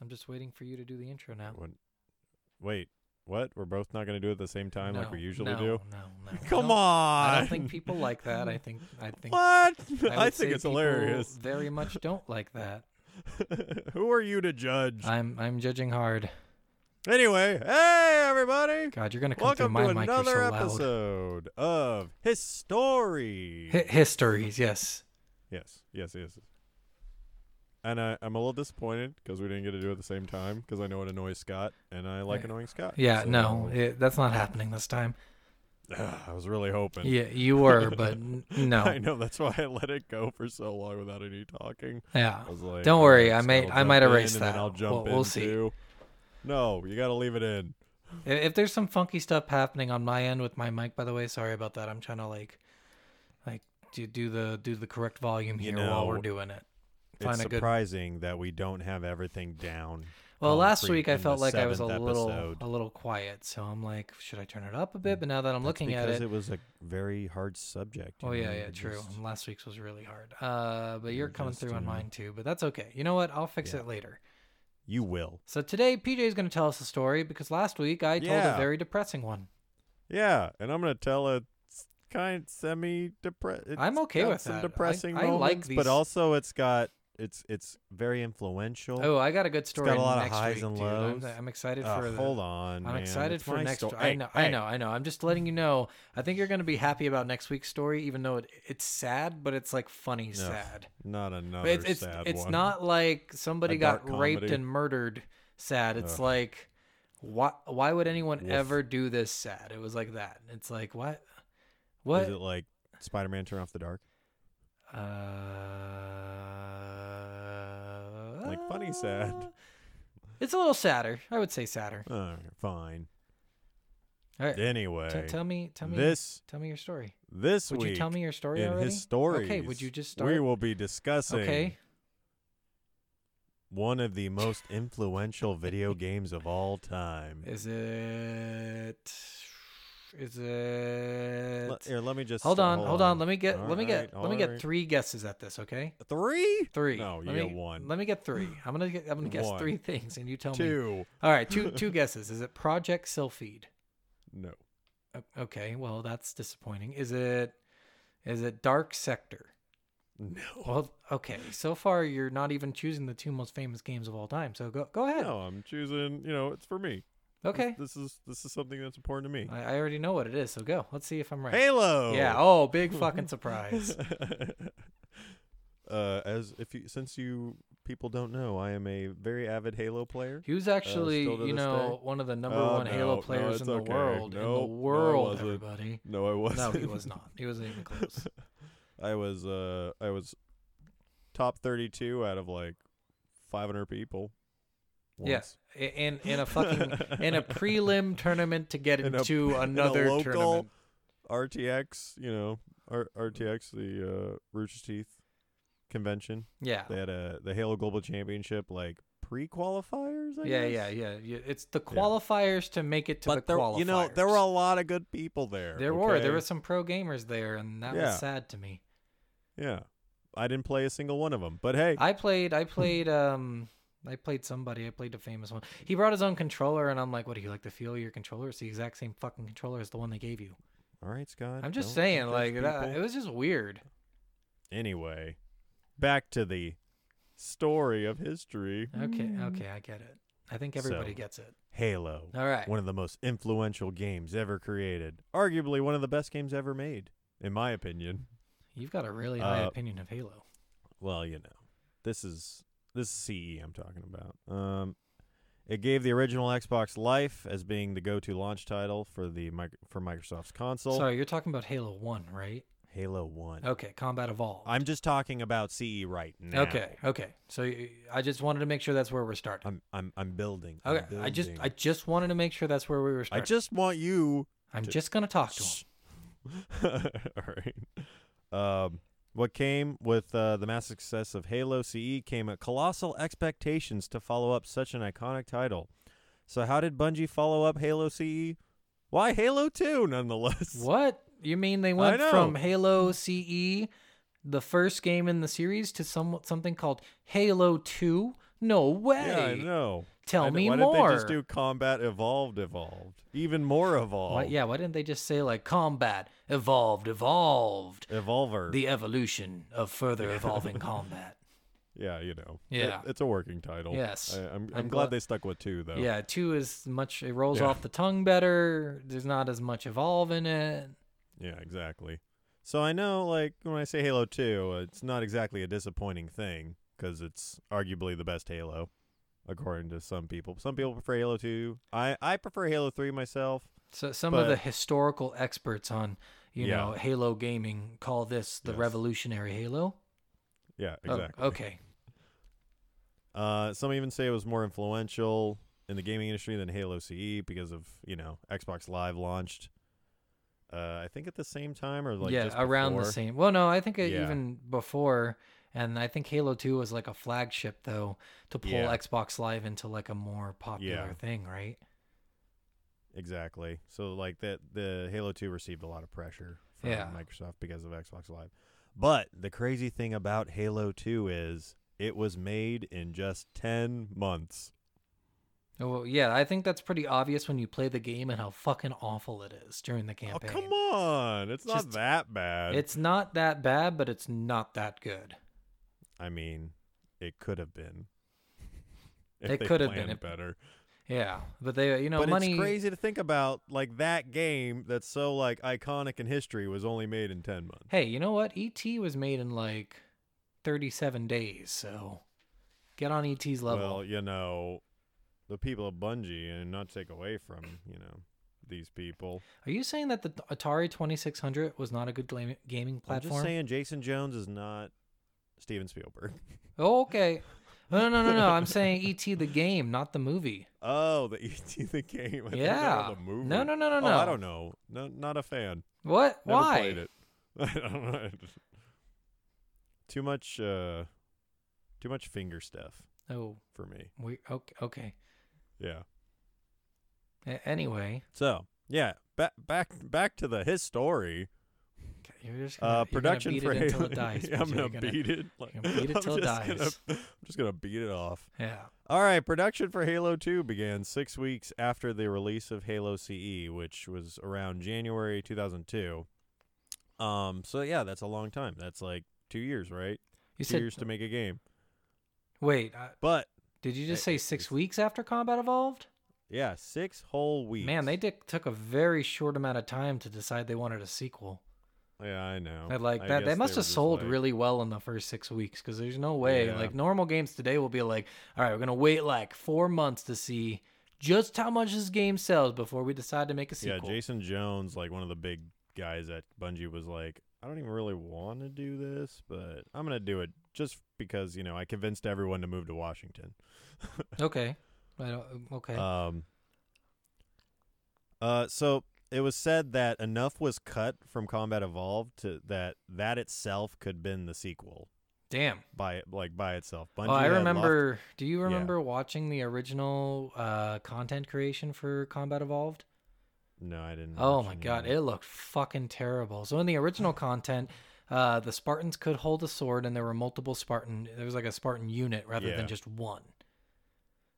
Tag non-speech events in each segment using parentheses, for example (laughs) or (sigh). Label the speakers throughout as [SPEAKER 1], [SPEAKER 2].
[SPEAKER 1] I'm just waiting for you to do the intro now.
[SPEAKER 2] What? Wait, what? We're both not going to do it at the same time like we
[SPEAKER 1] No,
[SPEAKER 2] usually
[SPEAKER 1] no,
[SPEAKER 2] do? (laughs)
[SPEAKER 1] No, no. I
[SPEAKER 2] Come
[SPEAKER 1] don't-
[SPEAKER 2] on.
[SPEAKER 1] I don't think people like that. I think I think
[SPEAKER 2] What?
[SPEAKER 1] would
[SPEAKER 2] I,
[SPEAKER 1] say
[SPEAKER 2] think it's
[SPEAKER 1] people
[SPEAKER 2] hilarious.
[SPEAKER 1] Very
[SPEAKER 2] (laughs)
[SPEAKER 1] much don't like that.
[SPEAKER 2] Who are you to judge?
[SPEAKER 1] I'm I'm judging hard.
[SPEAKER 2] anyway, hey everybody.
[SPEAKER 1] God, you're gonna come
[SPEAKER 2] Welcome
[SPEAKER 1] through
[SPEAKER 2] to
[SPEAKER 1] my mic. You're so
[SPEAKER 2] another
[SPEAKER 1] loud.
[SPEAKER 2] episode of History.
[SPEAKER 1] Hi- histories, yes.
[SPEAKER 2] yes, yes, yes. And I, I'm a little disappointed because we didn't get to do it at the same time because I know it annoys Scott and I like
[SPEAKER 1] Yeah.
[SPEAKER 2] annoying Scott.
[SPEAKER 1] Yeah,
[SPEAKER 2] so-
[SPEAKER 1] no, it, that's not happening this time.
[SPEAKER 2] (sighs) I was really hoping.
[SPEAKER 1] Yeah, you
[SPEAKER 2] (laughs)
[SPEAKER 1] were, but n-
[SPEAKER 2] I
[SPEAKER 1] no.
[SPEAKER 2] know that's why I let it go for so long without any talking.
[SPEAKER 1] Yeah.
[SPEAKER 2] I was like,
[SPEAKER 1] Don't
[SPEAKER 2] "Oh,
[SPEAKER 1] worry, I
[SPEAKER 2] Scott
[SPEAKER 1] may-
[SPEAKER 2] will
[SPEAKER 1] I
[SPEAKER 2] jump
[SPEAKER 1] might
[SPEAKER 2] in,
[SPEAKER 1] erase
[SPEAKER 2] and then
[SPEAKER 1] that.
[SPEAKER 2] I'll jump
[SPEAKER 1] We'll- we'll
[SPEAKER 2] in
[SPEAKER 1] see.
[SPEAKER 2] too." No, you got to leave it in.
[SPEAKER 1] I- If there's some funky stuff happening on my end with my mic, by the way, sorry about that. I'm trying to like, like do, do the do the correct volume
[SPEAKER 2] You
[SPEAKER 1] here while
[SPEAKER 2] know,
[SPEAKER 1] we're doing it. Find
[SPEAKER 2] It's
[SPEAKER 1] a good-
[SPEAKER 2] surprising that we don't have everything down.
[SPEAKER 1] Well, last
[SPEAKER 2] concrete
[SPEAKER 1] week I
[SPEAKER 2] in the
[SPEAKER 1] felt like I was a
[SPEAKER 2] seventh
[SPEAKER 1] little
[SPEAKER 2] episode. Mm.
[SPEAKER 1] a little quiet, so I'm like, should I turn it up a bit? But now that I'm
[SPEAKER 2] That's
[SPEAKER 1] looking at
[SPEAKER 2] because
[SPEAKER 1] it,
[SPEAKER 2] it was a very hard subject. you
[SPEAKER 1] oh yeah,
[SPEAKER 2] know,
[SPEAKER 1] yeah,
[SPEAKER 2] it
[SPEAKER 1] true.
[SPEAKER 2] just-
[SPEAKER 1] And Last week's was really hard. Uh, but you're
[SPEAKER 2] we're
[SPEAKER 1] coming
[SPEAKER 2] just,
[SPEAKER 1] through
[SPEAKER 2] you
[SPEAKER 1] on
[SPEAKER 2] know.
[SPEAKER 1] mine too. But that's okay. You know what? I'll fix
[SPEAKER 2] Yeah.
[SPEAKER 1] it later.
[SPEAKER 2] you will.
[SPEAKER 1] So today, PJ is going to tell us a story because last week I told a
[SPEAKER 2] Yeah.
[SPEAKER 1] very depressing one.
[SPEAKER 2] Yeah, and I'm gonna tell a s- kind semi depressing.
[SPEAKER 1] I'm okay
[SPEAKER 2] got
[SPEAKER 1] with
[SPEAKER 2] some
[SPEAKER 1] that. I-
[SPEAKER 2] depressing
[SPEAKER 1] I like
[SPEAKER 2] moments,
[SPEAKER 1] these-
[SPEAKER 2] but also it's got it's it's very influential.
[SPEAKER 1] Oh, I got a good story.
[SPEAKER 2] got a lot of
[SPEAKER 1] next
[SPEAKER 2] highs
[SPEAKER 1] week,
[SPEAKER 2] and
[SPEAKER 1] dude. I'm-
[SPEAKER 2] lows.
[SPEAKER 1] I'm, excited
[SPEAKER 2] Uh,
[SPEAKER 1] for. the-
[SPEAKER 2] hold on,
[SPEAKER 1] I'm
[SPEAKER 2] man.
[SPEAKER 1] excited
[SPEAKER 2] It's
[SPEAKER 1] for
[SPEAKER 2] my
[SPEAKER 1] next.
[SPEAKER 2] sto-
[SPEAKER 1] sto- I
[SPEAKER 2] Hey,
[SPEAKER 1] know. I
[SPEAKER 2] hey,
[SPEAKER 1] know. I know. I'm just letting you know. I think you're going to be happy about next week's story, even though it, it's sad, but it's like funny
[SPEAKER 2] No,
[SPEAKER 1] sad.
[SPEAKER 2] Not another
[SPEAKER 1] But it's it's,
[SPEAKER 2] sad
[SPEAKER 1] it's
[SPEAKER 2] one.
[SPEAKER 1] not like somebody
[SPEAKER 2] A
[SPEAKER 1] got
[SPEAKER 2] dark
[SPEAKER 1] raped
[SPEAKER 2] comedy.
[SPEAKER 1] and murdered sad. It's like why why would anyone
[SPEAKER 2] Woof.
[SPEAKER 1] ever do this sad? It was like that. It's like what
[SPEAKER 2] Is
[SPEAKER 1] what
[SPEAKER 2] it like Spider-Man: Turn Off the Dark?
[SPEAKER 1] uh,
[SPEAKER 2] Like funny sad.
[SPEAKER 1] It's a little sadder. I would say sadder.
[SPEAKER 2] Oh, fine.
[SPEAKER 1] All right.
[SPEAKER 2] Anyway,
[SPEAKER 1] T- tell me tell me
[SPEAKER 2] this
[SPEAKER 1] tell me your story.
[SPEAKER 2] this
[SPEAKER 1] Would
[SPEAKER 2] week
[SPEAKER 1] you tell me your story
[SPEAKER 2] in
[SPEAKER 1] already?
[SPEAKER 2] his stories,
[SPEAKER 1] Okay, would you just
[SPEAKER 2] We
[SPEAKER 1] start?
[SPEAKER 2] will be discussing
[SPEAKER 1] Okay.
[SPEAKER 2] one of
[SPEAKER 1] (laughs)
[SPEAKER 2] the most influential video games of all time.
[SPEAKER 1] Is it is it
[SPEAKER 2] Le- here, let me just
[SPEAKER 1] Hold on, hold on. Let me get
[SPEAKER 2] All
[SPEAKER 1] let me get
[SPEAKER 2] right,
[SPEAKER 1] let me
[SPEAKER 2] all
[SPEAKER 1] get
[SPEAKER 2] right.
[SPEAKER 1] three guesses at this, okay?
[SPEAKER 2] three,
[SPEAKER 1] Three.
[SPEAKER 2] No,
[SPEAKER 1] let
[SPEAKER 2] you
[SPEAKER 1] me,
[SPEAKER 2] get one.
[SPEAKER 1] Let me get three. I'm gonna get I'm gonna guess
[SPEAKER 2] One.
[SPEAKER 1] three (laughs) things and you tell me.
[SPEAKER 2] two.
[SPEAKER 1] All right, two
[SPEAKER 2] (laughs)
[SPEAKER 1] two guesses. Is it Project Sylphid? (laughs)
[SPEAKER 2] No,
[SPEAKER 1] O- Okay, well that's disappointing. Is it is it Dark Sector?
[SPEAKER 2] no,
[SPEAKER 1] Well, okay. So far you're not even choosing the two most famous games of all time. So go go ahead.
[SPEAKER 2] no. I'm choosing. You know, it's for me. This-
[SPEAKER 1] okay.
[SPEAKER 2] This, is this is something that's important to me.
[SPEAKER 1] I, I already know what it is, so go. Let's see if I'm right.
[SPEAKER 2] Halo.
[SPEAKER 1] Yeah, oh big fucking (laughs) surprise.
[SPEAKER 2] uh, as if you, since you people don't know, I am a very avid Halo player.
[SPEAKER 1] He was actually,
[SPEAKER 2] Uh, still to
[SPEAKER 1] you
[SPEAKER 2] this
[SPEAKER 1] know, one of the number
[SPEAKER 2] Oh,
[SPEAKER 1] one
[SPEAKER 2] no,
[SPEAKER 1] Halo
[SPEAKER 2] no,
[SPEAKER 1] players in
[SPEAKER 2] it's
[SPEAKER 1] the
[SPEAKER 2] okay.
[SPEAKER 1] world. in the
[SPEAKER 2] Nope, no, I
[SPEAKER 1] world,
[SPEAKER 2] wasn't.
[SPEAKER 1] everybody.
[SPEAKER 2] No, I wasn't.
[SPEAKER 1] No, he was not. He wasn't even close.
[SPEAKER 2] (laughs) I was uh I was top 32 out of like 500 people.
[SPEAKER 1] Yeah.
[SPEAKER 2] Once.
[SPEAKER 1] I- In in a fucking in a
[SPEAKER 2] (laughs)
[SPEAKER 1] prelim tournament to get
[SPEAKER 2] In a-
[SPEAKER 1] into another
[SPEAKER 2] local-
[SPEAKER 1] tournament.
[SPEAKER 2] RTX, you know, R- RTX the uh Rooster Teeth convention.
[SPEAKER 1] Yeah.
[SPEAKER 2] They had a the Halo Global Championship like pre-qualifiers, I
[SPEAKER 1] Yeah,
[SPEAKER 2] guess?
[SPEAKER 1] yeah, yeah, yeah. It's the qualifiers to make it to
[SPEAKER 2] But
[SPEAKER 1] the
[SPEAKER 2] there
[SPEAKER 1] qualifiers.
[SPEAKER 2] you know, there were a lot of good people there.
[SPEAKER 1] There were there
[SPEAKER 2] okay?
[SPEAKER 1] were some pro gamers there, and that
[SPEAKER 2] Yeah.
[SPEAKER 1] was sad to me.
[SPEAKER 2] Yeah. I didn't play a single one of them. But hey,
[SPEAKER 1] I played I played um I played somebody, I played a famous one. He brought his own controller and I'm like, what do you like the feel of your controller? It's the exact same fucking controller as the one they gave you.
[SPEAKER 2] all right, Scott.
[SPEAKER 1] I'm just
[SPEAKER 2] don't
[SPEAKER 1] saying,
[SPEAKER 2] judge
[SPEAKER 1] like that,
[SPEAKER 2] people.
[SPEAKER 1] it was just weird.
[SPEAKER 2] Anyway, back to the story of history.
[SPEAKER 1] Okay, okay, I get it. I think everybody
[SPEAKER 2] Mm. So-
[SPEAKER 1] gets it.
[SPEAKER 2] Halo.
[SPEAKER 1] All right.
[SPEAKER 2] One of the most influential games ever created. Arguably one of the best games ever made, in my opinion.
[SPEAKER 1] You've got a really high
[SPEAKER 2] Uh,
[SPEAKER 1] opinion of Halo.
[SPEAKER 2] Well, you know, this is this is CE I'm talking about. Um, it gave the original Xbox life as being the go-to launch title for the mic- for Microsoft's console.
[SPEAKER 1] Sorry, you're talking about Halo 1, right?
[SPEAKER 2] Halo One.
[SPEAKER 1] Okay, Combat Evolved.
[SPEAKER 2] I'm just talking about CE right now.
[SPEAKER 1] okay, okay. So y- I just wanted to make sure that's where we're starting.
[SPEAKER 2] I'm I'm I'm building. I'm
[SPEAKER 1] okay, I just I
[SPEAKER 2] building.
[SPEAKER 1] just wanted to make sure that's where we were
[SPEAKER 2] I
[SPEAKER 1] starting.
[SPEAKER 2] just want you
[SPEAKER 1] I'm just going to talk to him.
[SPEAKER 2] (laughs) All right. Um, what came with uh, the mass success of Halo CE came at colossal expectations to follow up such an iconic title. So, how did Bungie follow up Halo CE? Why Halo 2, nonetheless?
[SPEAKER 1] What? You mean they went
[SPEAKER 2] know.
[SPEAKER 1] from Halo E, CE, the first game in the series, to some something called Halo 2, No way.
[SPEAKER 2] (laughs) Yeah, I know.
[SPEAKER 1] Tell
[SPEAKER 2] I know.
[SPEAKER 1] me
[SPEAKER 2] why
[SPEAKER 1] more.
[SPEAKER 2] did they just do Combat Evolved Evolved? Even more evolved.
[SPEAKER 1] Why, yeah, why didn't they just say like combat evolved, evolved,
[SPEAKER 2] Evolver.
[SPEAKER 1] the evolution of further
[SPEAKER 2] (laughs)
[SPEAKER 1] evolving combat?
[SPEAKER 2] yeah, you know. It-
[SPEAKER 1] Yeah.
[SPEAKER 2] it's a working title.
[SPEAKER 1] Yes.
[SPEAKER 2] I, I'm, I'm,
[SPEAKER 1] I'm
[SPEAKER 2] glad
[SPEAKER 1] glad-
[SPEAKER 2] they stuck with two, though.
[SPEAKER 1] Yeah, two is much. It rolls
[SPEAKER 2] Oh. Yeah.
[SPEAKER 1] off the tongue better. There's not as much evolve in it.
[SPEAKER 2] Yeah, exactly. So I know, like, when I say Halo 2, uh, it's not exactly a disappointing thing because it's arguably the best Halo, according to some people. Some people prefer Halo 2. I, I prefer Halo 3 myself.
[SPEAKER 1] So some
[SPEAKER 2] But-
[SPEAKER 1] of the historical experts on you
[SPEAKER 2] Yeah.
[SPEAKER 1] know Halo gaming call this the
[SPEAKER 2] Yes.
[SPEAKER 1] revolutionary Halo.
[SPEAKER 2] Yeah,
[SPEAKER 1] Oh,
[SPEAKER 2] exactly.
[SPEAKER 1] okay.
[SPEAKER 2] Uh, some even say it was more influential in the gaming industry than Halo CE because of, you know, Xbox Live launched. Uh, I think at the same time or like
[SPEAKER 1] yeah,
[SPEAKER 2] just
[SPEAKER 1] around the
[SPEAKER 2] before.
[SPEAKER 1] same. Well, no, I think it
[SPEAKER 2] Yeah.
[SPEAKER 1] even before, and I think Halo Two was like a flagship though to pull
[SPEAKER 2] Yeah.
[SPEAKER 1] Xbox Live into like a more popular
[SPEAKER 2] Yeah.
[SPEAKER 1] thing, right?
[SPEAKER 2] Exactly. So like that the Halo 2 received a lot of pressure from
[SPEAKER 1] Yeah.
[SPEAKER 2] Microsoft because of Xbox Live. But the crazy thing about Halo 2 is it was made in just 10 months.
[SPEAKER 1] Oh, Well, yeah, I think that's pretty obvious when you play the game and how fucking awful it is during the campaign.
[SPEAKER 2] Oh, come on. It's not
[SPEAKER 1] Just-
[SPEAKER 2] that bad.
[SPEAKER 1] It's not that bad, but it's not that good.
[SPEAKER 2] I mean, it could have been. (laughs) If
[SPEAKER 1] It
[SPEAKER 2] they
[SPEAKER 1] could have been.
[SPEAKER 2] planned
[SPEAKER 1] It-
[SPEAKER 2] better.
[SPEAKER 1] Yeah, but they, you know,
[SPEAKER 2] but
[SPEAKER 1] money.
[SPEAKER 2] it's crazy to think about like that game that's so like iconic in history was only made in 10 months.
[SPEAKER 1] Hey, you know what? ET was made in like 37 days, so get on ET's level.
[SPEAKER 2] Well, you know, the people of Bungie, and not to take away from you know these people.
[SPEAKER 1] Are you saying that the Atari 2600 was not a good glam- gaming
[SPEAKER 2] I'm just
[SPEAKER 1] platform?
[SPEAKER 2] saying, Jason Jones is not Steven Spielberg. (laughs)
[SPEAKER 1] Oh, okay. No, no, no, no. I'm saying ET the game, not the movie.
[SPEAKER 2] Oh, the (laughs) ET the game. I thought they were
[SPEAKER 1] Yeah.
[SPEAKER 2] the movie.
[SPEAKER 1] No, no, no, no,
[SPEAKER 2] Oh,
[SPEAKER 1] no.
[SPEAKER 2] I don't know. No, not a fan.
[SPEAKER 1] What?
[SPEAKER 2] Never
[SPEAKER 1] Why?
[SPEAKER 2] played it. (laughs) I don't know. Too much. uh Too much finger stuff
[SPEAKER 1] Oh,
[SPEAKER 2] for me.
[SPEAKER 1] we okay. okay.
[SPEAKER 2] Yeah.
[SPEAKER 1] A- anyway,
[SPEAKER 2] So yeah, back back back to the his story.
[SPEAKER 1] you're just gonna,
[SPEAKER 2] Uh,
[SPEAKER 1] you're gonna
[SPEAKER 2] production
[SPEAKER 1] beat
[SPEAKER 2] for
[SPEAKER 1] it until
[SPEAKER 2] Halo.
[SPEAKER 1] it dies.
[SPEAKER 2] (laughs) yeah, I'm
[SPEAKER 1] Peter. You're
[SPEAKER 2] gonna, beat it. Like, (laughs)
[SPEAKER 1] gonna beat it till it
[SPEAKER 2] just gonna-
[SPEAKER 1] dies.
[SPEAKER 2] (laughs) I'm just gonna beat it off.
[SPEAKER 1] Yeah.
[SPEAKER 2] All right, production for Halo 2 began six weeks after the release of Halo CE, which was around January 2002. Um, so yeah, that's a long time. That's like two years, right?
[SPEAKER 1] You
[SPEAKER 2] two
[SPEAKER 1] said
[SPEAKER 2] years to make a game.
[SPEAKER 1] wait. Uh,
[SPEAKER 2] But
[SPEAKER 1] did you just
[SPEAKER 2] Hey,
[SPEAKER 1] say six weeks after Combat Evolved?
[SPEAKER 2] yeah, six whole weeks.
[SPEAKER 1] Man, they did, took a very short amount of time to decide they wanted a sequel.
[SPEAKER 2] Yeah, I know.
[SPEAKER 1] I like
[SPEAKER 2] I
[SPEAKER 1] that. They
[SPEAKER 2] guess
[SPEAKER 1] must
[SPEAKER 2] were
[SPEAKER 1] have
[SPEAKER 2] just
[SPEAKER 1] sold
[SPEAKER 2] like-
[SPEAKER 1] really well in the first six weeks because there's no way.
[SPEAKER 2] Yeah.
[SPEAKER 1] Like normal games today will be like, all right, we're gonna wait like four months to see just how much this game sells before we decide to make a
[SPEAKER 2] Yeah,
[SPEAKER 1] sequel.
[SPEAKER 2] Jason Jones, like one of the big guys at Bungie, was like, I don't even really want to do this, but I'm gonna do it just because you know I convinced everyone to move to Washington.
[SPEAKER 1] Okay. I don't, okay.
[SPEAKER 2] Um. Uh, so it was said that enough was cut from Combat Evolved to that that itself could been the sequel
[SPEAKER 1] Damn.
[SPEAKER 2] by like by itself. Bungie
[SPEAKER 1] Oh, I
[SPEAKER 2] had left-
[SPEAKER 1] remember. Do you
[SPEAKER 2] yeah.
[SPEAKER 1] remember watching the original uh, content creation for Combat Evolved?
[SPEAKER 2] No, I didn't.
[SPEAKER 1] Oh
[SPEAKER 2] watch
[SPEAKER 1] my
[SPEAKER 2] any
[SPEAKER 1] god,
[SPEAKER 2] of it.
[SPEAKER 1] it looked fucking terrible. So in the original content, uh, the Spartans could hold a sword, and there were multiple Spartan. There was like a Spartan unit rather
[SPEAKER 2] Yeah.
[SPEAKER 1] than just one.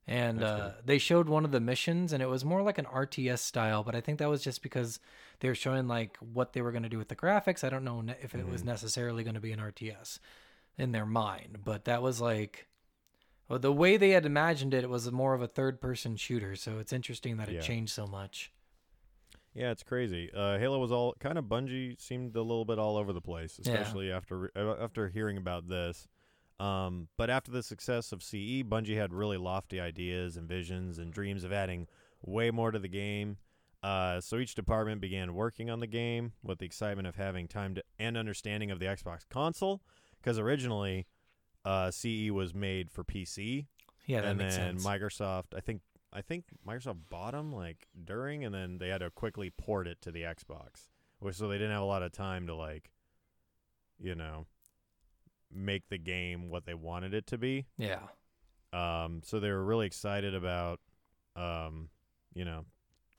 [SPEAKER 1] And
[SPEAKER 2] That's
[SPEAKER 1] uh, they showed one of the missions, and it was more like an RTS style. But I think that was just because they were showing like what they were going to do with the graphics. I don't know ne- if it was
[SPEAKER 2] Mhm.
[SPEAKER 1] necessarily going to be an RTS in their mind, but that was like. Well, the way they had imagined it, it was more of a third-person shooter, so it's interesting that it
[SPEAKER 2] Yeah.
[SPEAKER 1] changed so much.
[SPEAKER 2] Yeah, it's crazy. Uh, Halo was all kind of Bungie seemed a little bit all over the place,
[SPEAKER 1] Yeah.
[SPEAKER 2] especially after re- uh, after hearing about this. Um, but after the success of CE, Bungie had really lofty ideas and visions and dreams of adding way more to the game. Uh, so each department began working on the game with the excitement of having time to and understanding of the Xbox console, because originally uh, CE was made for PC,
[SPEAKER 1] Yeah, that
[SPEAKER 2] and
[SPEAKER 1] makes
[SPEAKER 2] then
[SPEAKER 1] sense.
[SPEAKER 2] Microsoft, I think, I think Microsoft bought them like during, and then they had to quickly port it to the Xbox, which so they didn't have a lot of time to like, you know, make the game what they wanted it to be.
[SPEAKER 1] yeah.
[SPEAKER 2] Um, so they were really excited about, um, you know,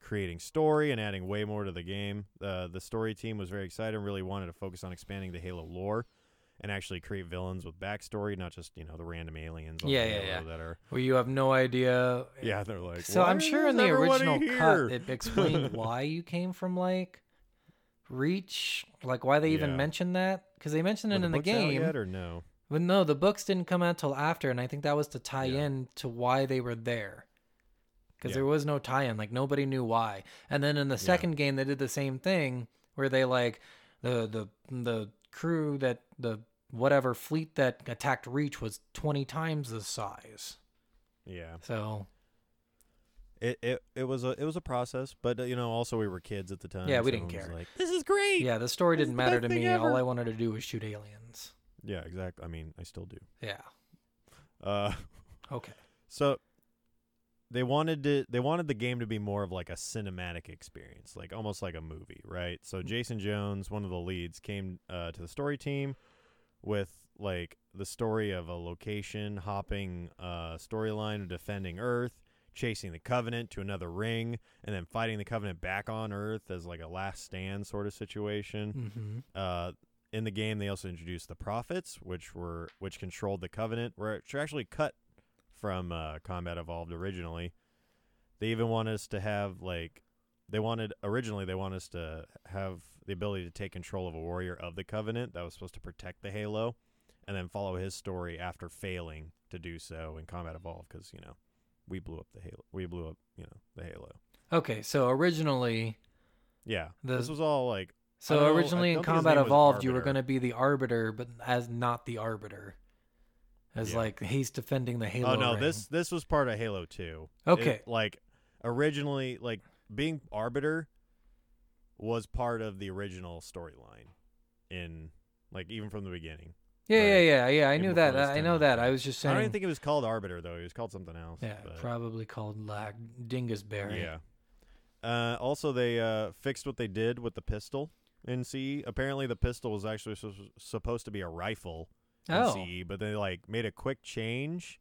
[SPEAKER 2] creating story and adding way more to the game. Uh, the story team was very excited and really wanted to focus on expanding the Halo lore and actually create villains with backstory, not just you know the random aliens. on
[SPEAKER 1] Yeah,
[SPEAKER 2] the
[SPEAKER 1] yeah,
[SPEAKER 2] Halo
[SPEAKER 1] yeah.
[SPEAKER 2] That are
[SPEAKER 1] Where you have no idea.
[SPEAKER 2] yeah, they're like.
[SPEAKER 1] So
[SPEAKER 2] "Why
[SPEAKER 1] I'm sure
[SPEAKER 2] is
[SPEAKER 1] in the
[SPEAKER 2] everybody
[SPEAKER 1] original
[SPEAKER 2] here?" (laughs)
[SPEAKER 1] cut it explained why you came from like Reach, like why they even
[SPEAKER 2] Yeah.
[SPEAKER 1] mentioned that because they mentioned
[SPEAKER 2] Were
[SPEAKER 1] it in the
[SPEAKER 2] books out
[SPEAKER 1] game.
[SPEAKER 2] yet or no?
[SPEAKER 1] But no, the books didn't come out till after, and I think that was to tie
[SPEAKER 2] Yeah.
[SPEAKER 1] in to why they were there. Because
[SPEAKER 2] Yeah.
[SPEAKER 1] there was no tie in, like nobody knew why. And then in the second game, they did the same thing where they like the the the crew that the whatever fleet that attacked Reach was twenty times the size.
[SPEAKER 2] Yeah,
[SPEAKER 1] So
[SPEAKER 2] it, it it was a it was a process, but uh, you know also we were kids at the time.
[SPEAKER 1] Yeah, we
[SPEAKER 2] so
[SPEAKER 1] didn't
[SPEAKER 2] it was
[SPEAKER 1] care.
[SPEAKER 2] Like this is great.
[SPEAKER 1] yeah, the story
[SPEAKER 2] This is
[SPEAKER 1] didn't
[SPEAKER 2] the
[SPEAKER 1] matter to
[SPEAKER 2] best thing
[SPEAKER 1] me.
[SPEAKER 2] ever.
[SPEAKER 1] All I wanted to do was shoot aliens.
[SPEAKER 2] Yeah, exactly. I mean, I still do.
[SPEAKER 1] Yeah.
[SPEAKER 2] Uh,
[SPEAKER 1] Okay.
[SPEAKER 2] so they wanted to they wanted the game to be more of like a cinematic experience, like almost like a movie, right? So Jason Jones, one of the leads, came uh, to the story team with like the story of a location hopping uh, storyline of defending Earth. Chasing the Covenant to another ring, and then fighting the Covenant back on Earth as like a last stand sort of situation.
[SPEAKER 1] Mm-hmm.
[SPEAKER 2] Uh, in the game, they also introduced the prophets, which were which controlled the covenant, which are actually cut from uh, Combat Evolved originally. They even want us to have like they wanted originally they want us to have the ability to take control of a warrior of the covenant that was supposed to protect the Halo, and then follow his story after failing to do so in Combat Evolved because you know we blew up the Halo, we blew up you know the Halo.
[SPEAKER 1] Okay. So originally,
[SPEAKER 2] Yeah,
[SPEAKER 1] The-
[SPEAKER 2] this was all like I don't
[SPEAKER 1] so
[SPEAKER 2] know- I
[SPEAKER 1] originally in
[SPEAKER 2] don't think his
[SPEAKER 1] Combat
[SPEAKER 2] name was
[SPEAKER 1] Evolved, you were
[SPEAKER 2] Arbiter.
[SPEAKER 1] going to be the Arbiter, but as not the Arbiter, as
[SPEAKER 2] Yeah.
[SPEAKER 1] like he's defending the Halo.
[SPEAKER 2] oh no,
[SPEAKER 1] ring.
[SPEAKER 2] this this was part of Halo Two.
[SPEAKER 1] Okay.
[SPEAKER 2] It- like originally, like being arbiter was part of the original storyline in like even from the beginning.
[SPEAKER 1] Yeah,
[SPEAKER 2] right.
[SPEAKER 1] yeah, yeah, yeah. I
[SPEAKER 2] Even
[SPEAKER 1] knew that.
[SPEAKER 2] before this
[SPEAKER 1] I I know
[SPEAKER 2] timeline.
[SPEAKER 1] that. I was just
[SPEAKER 2] I
[SPEAKER 1] saying.
[SPEAKER 2] don't even think it was called arbiter though; it was called something else.
[SPEAKER 1] yeah,
[SPEAKER 2] but-
[SPEAKER 1] probably called like Dingusberry.
[SPEAKER 2] yeah. Uh, also, they uh, fixed what they did with the pistol in CE. Apparently, the pistol was actually sus- supposed to be a rifle in
[SPEAKER 1] Oh.
[SPEAKER 2] CE, but they like made a quick change.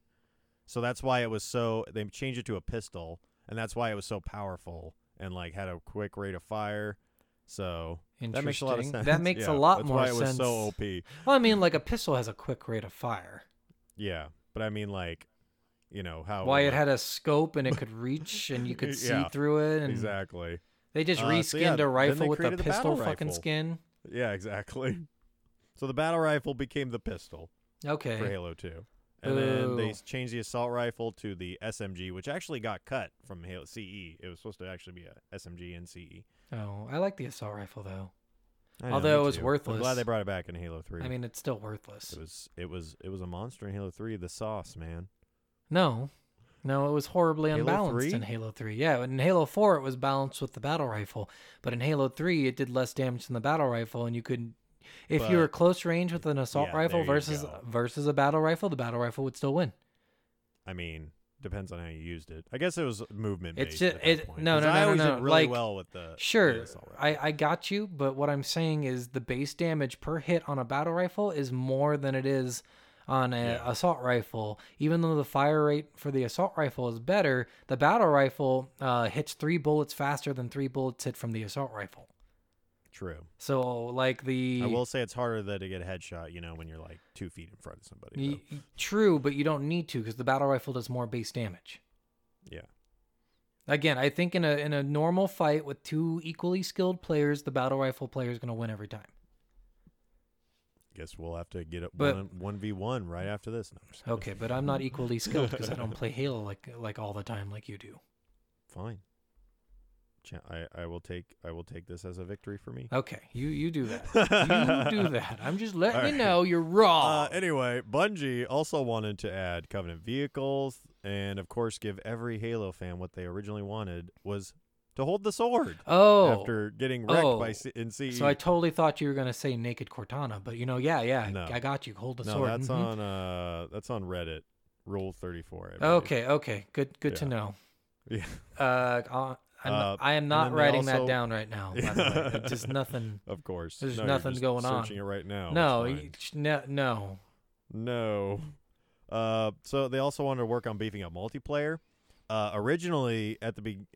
[SPEAKER 2] So that's why it was so. They changed it to a pistol, and that's why it was so powerful and like had a quick rate of fire. So
[SPEAKER 1] Interesting.
[SPEAKER 2] that makes a lot of sense.
[SPEAKER 1] That makes
[SPEAKER 2] (laughs) Yeah,
[SPEAKER 1] a lot
[SPEAKER 2] that's
[SPEAKER 1] more
[SPEAKER 2] why it
[SPEAKER 1] sense.
[SPEAKER 2] was so OP.
[SPEAKER 1] Well, I mean, like a pistol has a quick rate of fire.
[SPEAKER 2] Yeah, but I mean, like, you know how
[SPEAKER 1] Why
[SPEAKER 2] was,
[SPEAKER 1] it
[SPEAKER 2] like-
[SPEAKER 1] had a scope and it
[SPEAKER 2] (laughs)
[SPEAKER 1] could reach and you could see
[SPEAKER 2] Oh, Yeah,
[SPEAKER 1] through it. And
[SPEAKER 2] exactly.
[SPEAKER 1] They just
[SPEAKER 2] Uh, so
[SPEAKER 1] reskinned
[SPEAKER 2] yeah, then they
[SPEAKER 1] a rifle with a
[SPEAKER 2] created the battle
[SPEAKER 1] pistol fucking
[SPEAKER 2] rifle.
[SPEAKER 1] skin.
[SPEAKER 2] Yeah, exactly. So the battle rifle became the pistol.
[SPEAKER 1] Okay.
[SPEAKER 2] for Halo 2. And then they
[SPEAKER 1] Ooh.
[SPEAKER 2] s- changed the assault rifle to the SMG, which actually got cut from Halo CE. It was supposed to actually be a SMG in CE.
[SPEAKER 1] Oh, I like the assault rifle though.
[SPEAKER 2] I know,
[SPEAKER 1] Although
[SPEAKER 2] me
[SPEAKER 1] it was
[SPEAKER 2] too.
[SPEAKER 1] worthless.
[SPEAKER 2] I'm glad they brought it back in Halo 3.
[SPEAKER 1] I mean, it's still worthless.
[SPEAKER 2] it was it was it was a monster in Halo 3. The sauce, man.
[SPEAKER 1] No, no, it was horribly
[SPEAKER 2] Halo
[SPEAKER 1] unbalanced
[SPEAKER 2] 3?
[SPEAKER 1] in Halo Three. Yeah, in Halo Four it was balanced with the battle rifle, but in Halo Three it did less damage than the battle rifle, and you could, if you were
[SPEAKER 2] But-
[SPEAKER 1] close range with an assault
[SPEAKER 2] yeah,
[SPEAKER 1] rifle
[SPEAKER 2] there you
[SPEAKER 1] versus
[SPEAKER 2] go.
[SPEAKER 1] versus a battle rifle, the battle rifle would still win.
[SPEAKER 2] I mean, depends on how you used it. I guess it was movement
[SPEAKER 1] It's
[SPEAKER 2] based.
[SPEAKER 1] ju-
[SPEAKER 2] at that
[SPEAKER 1] it-
[SPEAKER 2] point,
[SPEAKER 1] no,
[SPEAKER 2] 'cause
[SPEAKER 1] no,
[SPEAKER 2] I
[SPEAKER 1] no, no,
[SPEAKER 2] always
[SPEAKER 1] no,
[SPEAKER 2] did really
[SPEAKER 1] like,
[SPEAKER 2] well with the the
[SPEAKER 1] Sure,
[SPEAKER 2] assault rifle.
[SPEAKER 1] I, I got you, but what I'm saying is the base damage per hit on a battle rifle is more than it is on an
[SPEAKER 2] Yeah.
[SPEAKER 1] assault rifle. Even though the fire rate for the assault rifle is better, the battle rifle uh, hits three bullets faster than three bullets hit from the assault rifle.
[SPEAKER 2] True.
[SPEAKER 1] So, like the
[SPEAKER 2] I will say it's harder though, to get a headshot, you know, when you're like two feet in front of somebody.
[SPEAKER 1] y-
[SPEAKER 2] though.
[SPEAKER 1] y- true, but you don't need to because the battle rifle does more base damage.
[SPEAKER 2] Yeah.
[SPEAKER 1] Again, I think in a in a normal fight with two equally skilled players, the battle rifle player is going to win every time.
[SPEAKER 2] Guess we'll have to get up
[SPEAKER 1] But-
[SPEAKER 2] one one v one right after this. No, I'm just kidding.
[SPEAKER 1] Okay, but I'm not equally skilled because
[SPEAKER 2] (laughs)
[SPEAKER 1] I don't play Halo like like all the time like you do.
[SPEAKER 2] Fine. Cha- I, I will take I will take this as a victory for me.
[SPEAKER 1] Okay, you you do that. You
[SPEAKER 2] (laughs)
[SPEAKER 1] do that. I'm just letting you know you're wrong.
[SPEAKER 2] Uh, anyway, Bungie also wanted to add Covenant vehicles, and of course, give every Halo fan what they originally wanted was to hold the sword
[SPEAKER 1] oh,
[SPEAKER 2] after getting wrecked by
[SPEAKER 1] Oh.
[SPEAKER 2] C- in CE.
[SPEAKER 1] so I totally thought you were gonna say naked Cortana, but you know, yeah, yeah,
[SPEAKER 2] No.
[SPEAKER 1] I got you. Hold the
[SPEAKER 2] no,
[SPEAKER 1] sword.
[SPEAKER 2] that's
[SPEAKER 1] mhm.
[SPEAKER 2] on uh that's on Reddit. Rule thirty four.
[SPEAKER 1] Okay, okay, good, good to
[SPEAKER 2] Yeah.
[SPEAKER 1] know.
[SPEAKER 2] (laughs) Yeah.
[SPEAKER 1] Uh, I'll- I'm,
[SPEAKER 2] Uh,
[SPEAKER 1] I am
[SPEAKER 2] and
[SPEAKER 1] not
[SPEAKER 2] then they
[SPEAKER 1] writing
[SPEAKER 2] also-
[SPEAKER 1] that down right now. By the way, It's
[SPEAKER 2] (laughs)
[SPEAKER 1] just nothing.
[SPEAKER 2] Of course.
[SPEAKER 1] There's
[SPEAKER 2] No, you're
[SPEAKER 1] nothing
[SPEAKER 2] just
[SPEAKER 1] going on.
[SPEAKER 2] Searching it right now. It's
[SPEAKER 1] No,
[SPEAKER 2] fine.
[SPEAKER 1] you- no, no.
[SPEAKER 2] No. Uh, so they also wanted to work on beefing up multiplayer. Uh, originally, at the be-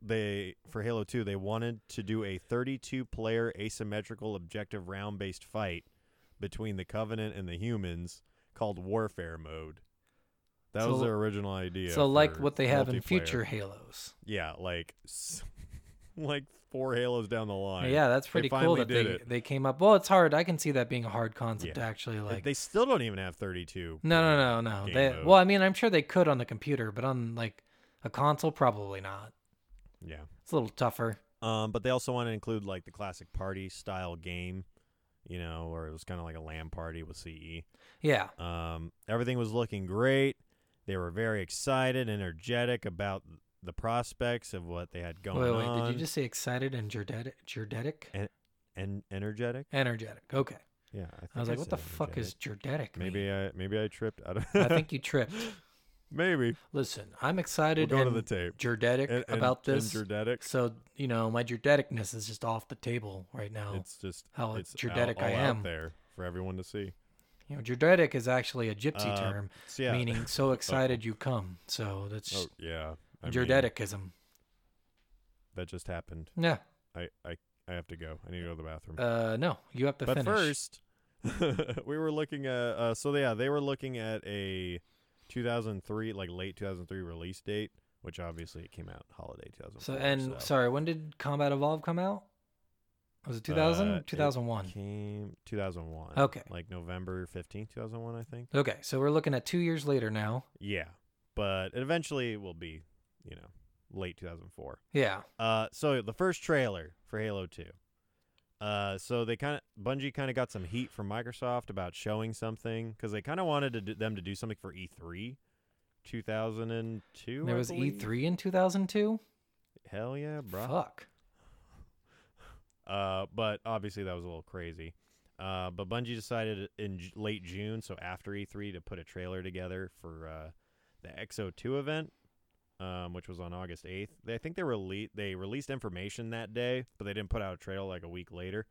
[SPEAKER 2] they for Halo Two, they wanted to do a 32-player asymmetrical objective round-based fight, between the Covenant and the humans called Warfare Mode. That was
[SPEAKER 1] So-
[SPEAKER 2] their original idea.
[SPEAKER 1] so like
[SPEAKER 2] for
[SPEAKER 1] what they have in
[SPEAKER 2] multiplayer.
[SPEAKER 1] future Halos.
[SPEAKER 2] Yeah, like s- (laughs) like four halos down the line.
[SPEAKER 1] yeah, that's pretty cool
[SPEAKER 2] finally
[SPEAKER 1] that they
[SPEAKER 2] did it.
[SPEAKER 1] they came up. Well, it's hard. I can see that being a hard concept
[SPEAKER 2] Yeah.
[SPEAKER 1] actually.
[SPEAKER 2] Like
[SPEAKER 1] Like
[SPEAKER 2] they still don't even have 32.
[SPEAKER 1] no, no, no, no.
[SPEAKER 2] game
[SPEAKER 1] They,
[SPEAKER 2] mode.
[SPEAKER 1] well, I mean, I'm sure they could on the computer, but on like a console, probably not.
[SPEAKER 2] Yeah.
[SPEAKER 1] It's a little tougher.
[SPEAKER 2] Um, but they also want to include like the classic party style game, you know, where it was kind of like a LAN party with CE.
[SPEAKER 1] Yeah,
[SPEAKER 2] Um, everything was looking great. They were very excited, energetic about the prospects of what they had going
[SPEAKER 1] Wait, wait,
[SPEAKER 2] on.
[SPEAKER 1] did you just say excited and jerdetic? Jerdetic?
[SPEAKER 2] And- and energetic?
[SPEAKER 1] Energetic. Okay.
[SPEAKER 2] Yeah, I, think
[SPEAKER 1] I was like,
[SPEAKER 2] said
[SPEAKER 1] what the fuck is
[SPEAKER 2] energetic.
[SPEAKER 1] jerdetic? mean?
[SPEAKER 2] Maybe I maybe I tripped. I don't.
[SPEAKER 1] I think you tripped.
[SPEAKER 2] (laughs) maybe
[SPEAKER 1] Listen, I'm
[SPEAKER 2] we'll
[SPEAKER 1] excited
[SPEAKER 2] go to
[SPEAKER 1] and
[SPEAKER 2] the tape.
[SPEAKER 1] jerdetic
[SPEAKER 2] And- and-
[SPEAKER 1] about
[SPEAKER 2] and
[SPEAKER 1] this.
[SPEAKER 2] energetic.
[SPEAKER 1] so, you know, my jerdeticness is just off the table right now.
[SPEAKER 2] It's just
[SPEAKER 1] how
[SPEAKER 2] it's out-
[SPEAKER 1] jerdetic I
[SPEAKER 2] all
[SPEAKER 1] am.
[SPEAKER 2] out there for everyone to see.
[SPEAKER 1] You know, jerdetic is actually a gypsy
[SPEAKER 2] Uh,
[SPEAKER 1] term,
[SPEAKER 2] So, yeah. (laughs)
[SPEAKER 1] meaning so excited you come. So that's
[SPEAKER 2] Oh
[SPEAKER 1] just
[SPEAKER 2] yeah. I mean,
[SPEAKER 1] jerdeticism.
[SPEAKER 2] that just happened.
[SPEAKER 1] Yeah.
[SPEAKER 2] I, I, I have to go. I need to go to the bathroom.
[SPEAKER 1] Uh, no, you have to
[SPEAKER 2] but
[SPEAKER 1] finish.
[SPEAKER 2] first, (laughs) we were looking at. Uh, so yeah, they were looking at a 2003, like late 2003 release date, which obviously it came out holiday 2004.
[SPEAKER 1] so, and sorry, when did Combat Evolve come out? Was it 2000?
[SPEAKER 2] Uh, it
[SPEAKER 1] 2001.
[SPEAKER 2] came 2001.
[SPEAKER 1] Okay.
[SPEAKER 2] like November 15, 2001, I think.
[SPEAKER 1] Okay, so we're looking at two years later now.
[SPEAKER 2] Yeah, but it eventually will be, you know, late 2004.
[SPEAKER 1] Yeah.
[SPEAKER 2] Uh, so the first trailer for Halo Two. Uh, so they kind of Bungie kind of got some heat from Microsoft about showing something because they kind of wanted to do, them to do something for E E3, 2002.
[SPEAKER 1] There
[SPEAKER 2] I
[SPEAKER 1] was E
[SPEAKER 2] believe?
[SPEAKER 1] E3 in 2002?
[SPEAKER 2] Hell yeah, bro.
[SPEAKER 1] Fuck.
[SPEAKER 2] Uh, but obviously that was a little crazy. Uh, but Bungie decided in J- late June, so after E3, to put a trailer together for uh, the XO2 event, um, which was on August 8th. They, I think they rele- they released information that day, but they didn't put out a trailer like a week later.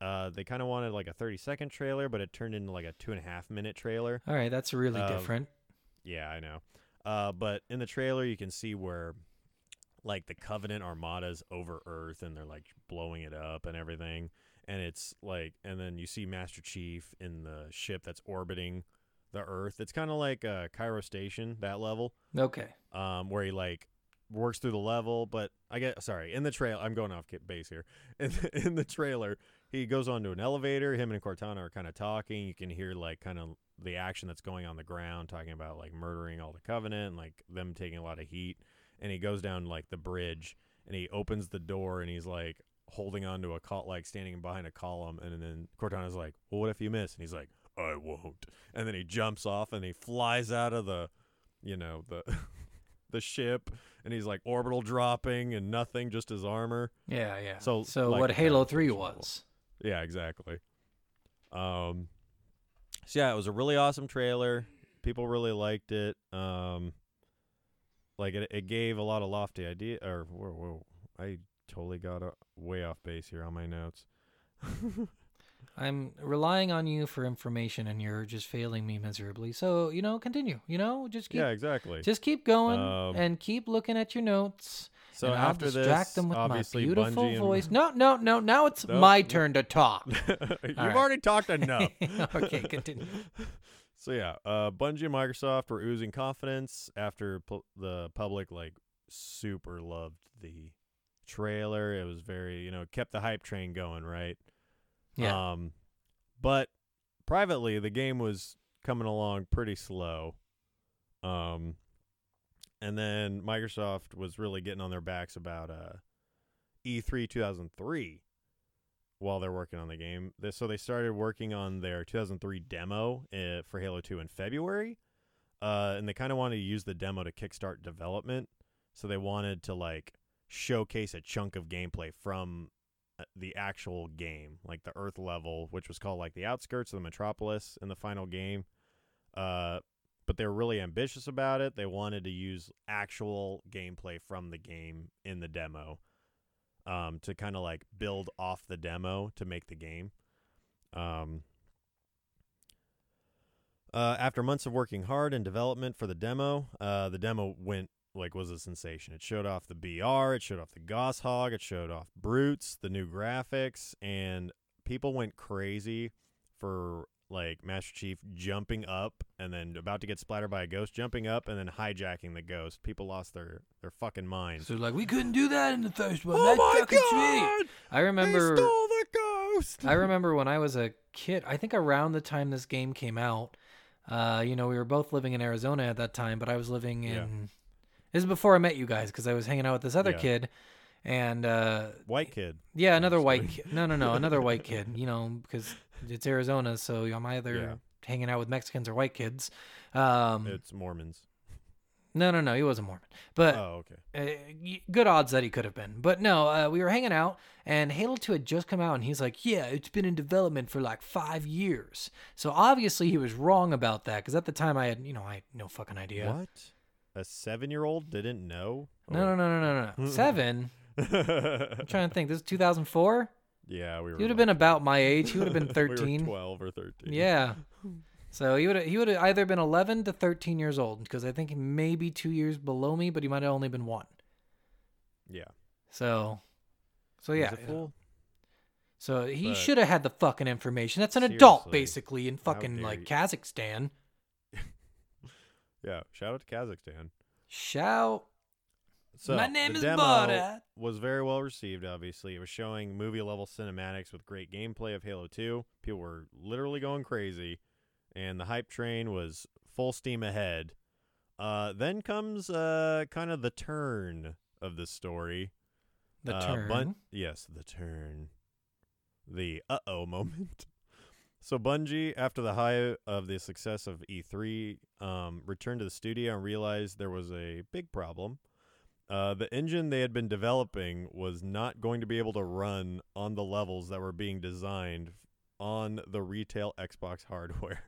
[SPEAKER 2] Uh, they kind of wanted like a 30 second trailer, but it turned into like a two and a half minute trailer.
[SPEAKER 1] All right, that's really
[SPEAKER 2] Um,
[SPEAKER 1] different.
[SPEAKER 2] Yeah, I know. Uh, but in the trailer, you can see where like the Covenant Armada's over Earth and they're like blowing it up and everything. And it's like, and then you see Master Chief in the ship that's orbiting the Earth. It's kind of like uh, Cairo Station, that level,
[SPEAKER 1] Okay.
[SPEAKER 2] um, where he like works through the level. But I get sorry, in the trail, I'm going off ki- base here. (laughs) In the, in the trailer, he goes onto an elevator. Him and Cortana are kind of talking. You can hear like kind of the action that's going on the ground, talking about like murdering all the Covenant, and, like them taking a lot of heat. And he goes down like the bridge, and he opens the door, and he's like holding onto a col like standing behind a column. And then Cortana's like, "Well, what if you miss?" And he's like, "I won't." And then he jumps off, and he flies out of the, you know, the (laughs) the ship, and he's like orbital dropping and nothing, just his armor.
[SPEAKER 1] Yeah, yeah.
[SPEAKER 2] So,
[SPEAKER 1] so
[SPEAKER 2] like
[SPEAKER 1] what
[SPEAKER 2] a
[SPEAKER 1] Halo 3
[SPEAKER 2] conversation level.
[SPEAKER 1] was.
[SPEAKER 2] Yeah, exactly. Um, so yeah, it was a really awesome trailer. People really liked it. Um, like it, it gave a lot of lofty idea. Or whoa, whoa, I totally got uh way off base here on my notes.
[SPEAKER 1] I'm relying on you for information and you're just failing me miserably. So, you know, continue, you know, just keep
[SPEAKER 2] yeah, exactly.
[SPEAKER 1] just keep going
[SPEAKER 2] Um,
[SPEAKER 1] and keep looking at your notes.
[SPEAKER 2] so
[SPEAKER 1] and
[SPEAKER 2] after
[SPEAKER 1] I'll
[SPEAKER 2] this,
[SPEAKER 1] distract them with my
[SPEAKER 2] obviously
[SPEAKER 1] beautiful
[SPEAKER 2] Bungie and-
[SPEAKER 1] voice.
[SPEAKER 2] (laughs)
[SPEAKER 1] No, no, no. Now it's
[SPEAKER 2] No,
[SPEAKER 1] my
[SPEAKER 2] no.
[SPEAKER 1] turn to
[SPEAKER 2] (laughs)
[SPEAKER 1] talk.
[SPEAKER 2] You've
[SPEAKER 1] right.
[SPEAKER 2] already talked enough.
[SPEAKER 1] (laughs) Okay, continue.
[SPEAKER 2] (laughs) so yeah, uh, Bungie and Microsoft were oozing confidence after pu- the public like super loved the trailer. It was very you know it kept the hype train going, right?
[SPEAKER 1] yeah.
[SPEAKER 2] Um, but privately, the game was coming along pretty slow. Um, and then Microsoft was really getting on their backs about uh, E E3 2003 while they're working on the game. They- So they started working on their 2003 demo uh, for Halo 2 in February. Uh, and they kind of wanted to use the demo to kickstart development. So they wanted to like showcase a chunk of gameplay from uh, the actual game, like the Earth level, which was called like the outskirts of the Metropolis in the final game. Uh, but they were really ambitious about it. They wanted to use actual gameplay from the game in the demo um, to kind of like build off the demo to make the game. Um, uh, after months of working hard in development for the demo, uh, the demo went like was a sensation. It showed off the BR, it showed off the Goshawk, it showed off Brutes, the new graphics, and people went crazy for like Master Chief jumping up and then about to get splattered by a ghost, jumping up and then hijacking the ghost. People lost their their fucking minds.
[SPEAKER 1] So like we couldn't do that in the first one.
[SPEAKER 2] oh
[SPEAKER 1] That's
[SPEAKER 2] my
[SPEAKER 1] fucking sweet.
[SPEAKER 2] god!
[SPEAKER 1] I remember
[SPEAKER 2] They stole the ghost.
[SPEAKER 1] I remember when I was a kid, I think around the time this game came out, uh, you know, we were both living in Arizona at that time, but I was living in.
[SPEAKER 2] Yeah.
[SPEAKER 1] This is before I met you guys because I was hanging out with this other
[SPEAKER 2] Yeah.
[SPEAKER 1] kid. And uh,
[SPEAKER 2] White kid.
[SPEAKER 1] yeah, another
[SPEAKER 2] just
[SPEAKER 1] white
[SPEAKER 2] kidding.
[SPEAKER 1] kid. No, no, no,
[SPEAKER 2] (laughs)
[SPEAKER 1] another white kid, you know, because it's Arizona, so I'm either
[SPEAKER 2] Yeah.
[SPEAKER 1] hanging out with Mexicans or white kids. Um,
[SPEAKER 2] It's Mormons.
[SPEAKER 1] no, no, no, he wasn't Mormon. But
[SPEAKER 2] Oh, okay.
[SPEAKER 1] uh, y- good odds that he could have been. But no, uh, we were hanging out, and Halo 2 had just come out, and he's like, Yeah, it's been in development for like five years. So obviously he was wrong about that, because at the time I had, you know, I had no fucking idea.
[SPEAKER 2] What? A seven year old didn't know?
[SPEAKER 1] No, no, no, no, no, no.
[SPEAKER 2] (laughs)
[SPEAKER 1] Seven?
[SPEAKER 2] no. (laughs)
[SPEAKER 1] I'm trying to think. This is 2004?
[SPEAKER 2] yeah, we were.
[SPEAKER 1] He would have
[SPEAKER 2] like-
[SPEAKER 1] been about my age. He would have been
[SPEAKER 2] (laughs) we were
[SPEAKER 1] 13.
[SPEAKER 2] 12 or 13.
[SPEAKER 1] yeah. So he would he would have either been 11 to 13 years old, because I think maybe two years below me, but he might have only been one.
[SPEAKER 2] Yeah.
[SPEAKER 1] So, so
[SPEAKER 2] He's
[SPEAKER 1] Oh, yeah.
[SPEAKER 2] a fool.
[SPEAKER 1] So he
[SPEAKER 2] But-
[SPEAKER 1] should have had the fucking information. That's an adult,
[SPEAKER 2] Seriously,
[SPEAKER 1] basically, in
[SPEAKER 2] how
[SPEAKER 1] fucking
[SPEAKER 2] dare
[SPEAKER 1] like
[SPEAKER 2] you.
[SPEAKER 1] Kazakhstan.
[SPEAKER 2] Yeah. Shout out to Kazakhstan.
[SPEAKER 1] Shout.
[SPEAKER 2] So
[SPEAKER 1] My name
[SPEAKER 2] the
[SPEAKER 1] is
[SPEAKER 2] demo
[SPEAKER 1] Borat.
[SPEAKER 2] was very well received. Obviously, it was showing movie level cinematics with great gameplay of Halo Two. People were literally going crazy, and the hype train was full steam ahead. Uh, then comes uh, kind of the turn of the story.
[SPEAKER 1] The
[SPEAKER 2] Uh,
[SPEAKER 1] turn.
[SPEAKER 2] Bun- yes, the turn. The uh oh (laughs) moment. So Bungie, after the high of the success of E3, um, returned to the studio and realized there was a big problem. Uh, the engine they had been developing was not going to be able to run on the levels that were being designed on the retail Xbox hardware.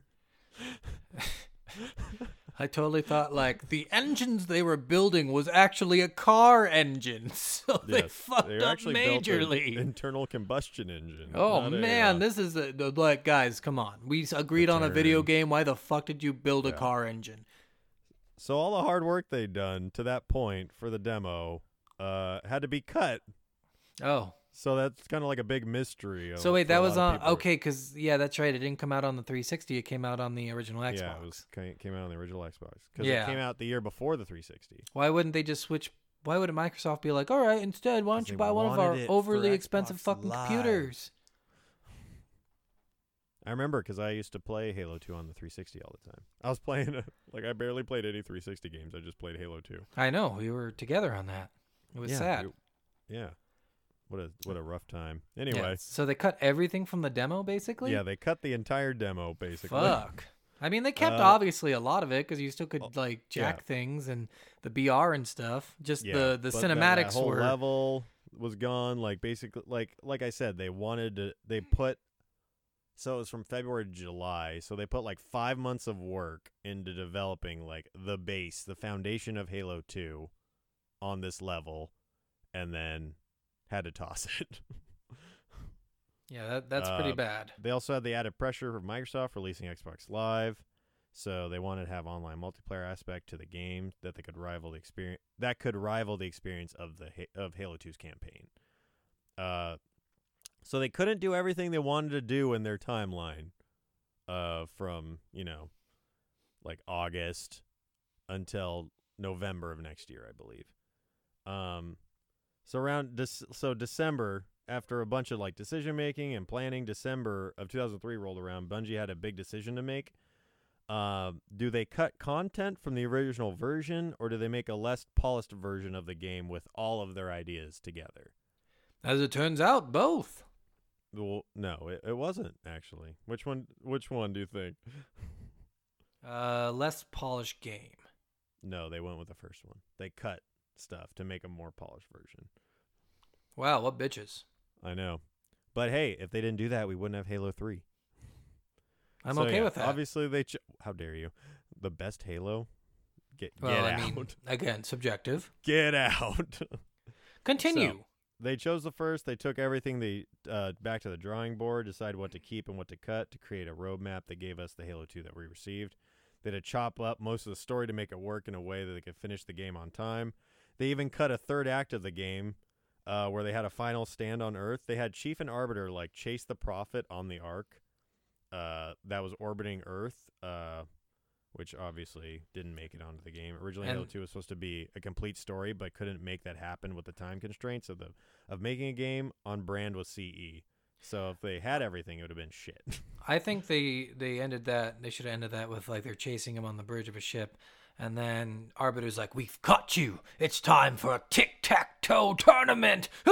[SPEAKER 1] I totally thought like the engines they were building was actually a car engine, (laughs) so (laughs) they fucked
[SPEAKER 2] they
[SPEAKER 1] up
[SPEAKER 2] actually built an
[SPEAKER 1] majorly.
[SPEAKER 2] internal combustion engine.
[SPEAKER 1] oh
[SPEAKER 2] not a,
[SPEAKER 1] man,
[SPEAKER 2] uh,
[SPEAKER 1] this is a, the- like guys, come on. We s- agreed on a video
[SPEAKER 2] turn.
[SPEAKER 1] game. Why the fuck did you build a
[SPEAKER 2] Yeah.
[SPEAKER 1] car engine?
[SPEAKER 2] So all the hard work they'd done to that point for the demo uh, had to be cut.
[SPEAKER 1] Oh,
[SPEAKER 2] So that's kind of like a big mystery. Of,
[SPEAKER 1] so wait,
[SPEAKER 2] for
[SPEAKER 1] that
[SPEAKER 2] a
[SPEAKER 1] was
[SPEAKER 2] lot
[SPEAKER 1] on
[SPEAKER 2] of people.
[SPEAKER 1] okay, because yeah, that's right. It didn't come out on the 360. It came out on the original Xbox.
[SPEAKER 2] Yeah, it was ca- came out on the original Xbox because
[SPEAKER 1] Yeah.
[SPEAKER 2] it came out the year before the 360.
[SPEAKER 1] Why wouldn't they just switch? Why wouldn't Microsoft be like, all right, instead, why
[SPEAKER 2] 'Cause
[SPEAKER 1] don't you
[SPEAKER 2] they
[SPEAKER 1] buy one of
[SPEAKER 2] wanted
[SPEAKER 1] our
[SPEAKER 2] it for
[SPEAKER 1] overly expensive
[SPEAKER 2] Xbox
[SPEAKER 1] fucking
[SPEAKER 2] Live.
[SPEAKER 1] computers?
[SPEAKER 2] I remember because I used to play Halo 2 on the 360 all the time. I was playing like I barely played any 360 games. I just played Halo 2.
[SPEAKER 1] I know we were together on that. It was
[SPEAKER 2] yeah,
[SPEAKER 1] sad.
[SPEAKER 2] it- yeah. What a what a rough time.
[SPEAKER 1] Yeah,
[SPEAKER 2] Anyway,
[SPEAKER 1] so they cut everything from the demo, basically.
[SPEAKER 2] yeah, they cut the entire demo basically.
[SPEAKER 1] Fuck. I mean, they kept
[SPEAKER 2] Uh,
[SPEAKER 1] obviously a lot of it because you still could
[SPEAKER 2] oh,
[SPEAKER 1] like
[SPEAKER 2] yeah.
[SPEAKER 1] jack things and the BR and stuff. Just the the
[SPEAKER 2] but
[SPEAKER 1] cinematics
[SPEAKER 2] that whole
[SPEAKER 1] were
[SPEAKER 2] level was gone. Like basically, like like I said, they wanted to. They put so it was from February to July. So they put like five months of work into developing like the base, the foundation of Halo Two, on this level, and then had to toss (laughs) it.
[SPEAKER 1] yeah. That, that's pretty
[SPEAKER 2] uh,
[SPEAKER 1] bad.
[SPEAKER 2] They also had the added pressure of Microsoft releasing Xbox Live, so they wanted to have online multiplayer aspect to the game that they could rival the experience that could rival the experience of the Ha- of Halo 2's campaign. Uh, so they couldn't do everything they wanted to do in their timeline, uh, from you know, like August until November of next year, I believe. Um, so around Dec- so December, after a bunch of like decision making and planning, December of 2003 rolled around. Bungie had a big decision to make. Um, do they cut content from the original version, or do they make a less polished version of the game with all of their ideas together?
[SPEAKER 1] As it turns out, both.
[SPEAKER 2] Well, no, it, it wasn't actually. Which one? Which one do you think?
[SPEAKER 1] Uh, less polished game.
[SPEAKER 2] No, they went with the first one. They cut stuff to make a more polished version.
[SPEAKER 1] Wow, what bitches.
[SPEAKER 2] I know, but hey, if they didn't do that, we wouldn't have Halo Three.
[SPEAKER 1] I'm
[SPEAKER 2] So,
[SPEAKER 1] okay
[SPEAKER 2] yeah,
[SPEAKER 1] with that.
[SPEAKER 2] Obviously, they. Ch- How dare you? The best Halo. Get
[SPEAKER 1] Well,
[SPEAKER 2] get
[SPEAKER 1] I
[SPEAKER 2] out.
[SPEAKER 1] mean, again, subjective.
[SPEAKER 2] (laughs) Get out. (laughs)
[SPEAKER 1] Continue.
[SPEAKER 2] they chose the first. They took everything they uh, back to the drawing board, decide what to keep and what to cut to create a roadmap that gave us the Halo 2 that we received. They had to chop up most of the story to make it work in a way that they could finish the game on time. They even cut a third act of the game uh, where they had a final stand on Earth. They had Chief and Arbiter like chase the Prophet on the Ark. uh, that was orbiting Earth, uh, which obviously didn't make it onto the game. Originally, Halo
[SPEAKER 1] And-
[SPEAKER 2] Two was supposed to be a complete story, but couldn't make that happen with the time constraints of the of making a game on brand with CE. So if they had everything, it would have been shit. (laughs)
[SPEAKER 1] I think they they ended that. They should have ended that with like they're chasing him on the bridge of a ship, and then Arbiter's like, "We've caught you. It's time for a tic tac toe tournament." (laughs)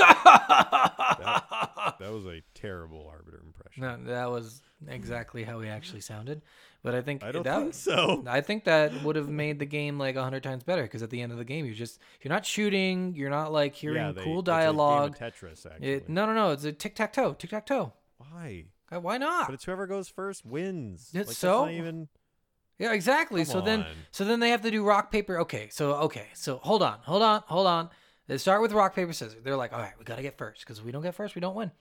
[SPEAKER 2] that was a terrible Arbiter impression.
[SPEAKER 1] no, that was exactly how he actually sounded, but I think
[SPEAKER 2] I don't
[SPEAKER 1] that,
[SPEAKER 2] think so.
[SPEAKER 1] I think that would have made the game like a hundred times better because at the end of the game, you just you're not shooting, you're not like hearing
[SPEAKER 2] yeah, they-
[SPEAKER 1] cool
[SPEAKER 2] it's a game of
[SPEAKER 1] dialogue.
[SPEAKER 2] Tetris, actually.
[SPEAKER 1] It, no, no, no. It's a tic tac toe, tic tac toe.
[SPEAKER 2] Why?
[SPEAKER 1] Why not?
[SPEAKER 2] But it's whoever goes first wins.
[SPEAKER 1] That's
[SPEAKER 2] like,
[SPEAKER 1] Ah. so-
[SPEAKER 2] That's not even
[SPEAKER 1] Yeah, exactly.
[SPEAKER 2] Come
[SPEAKER 1] so then
[SPEAKER 2] on.
[SPEAKER 1] so then they have to do rock paper. Okay, so okay, so hold on, hold on, hold on. They start with rock paper scissors. They're like, all right, we gotta get first because if we don't get first, we don't win.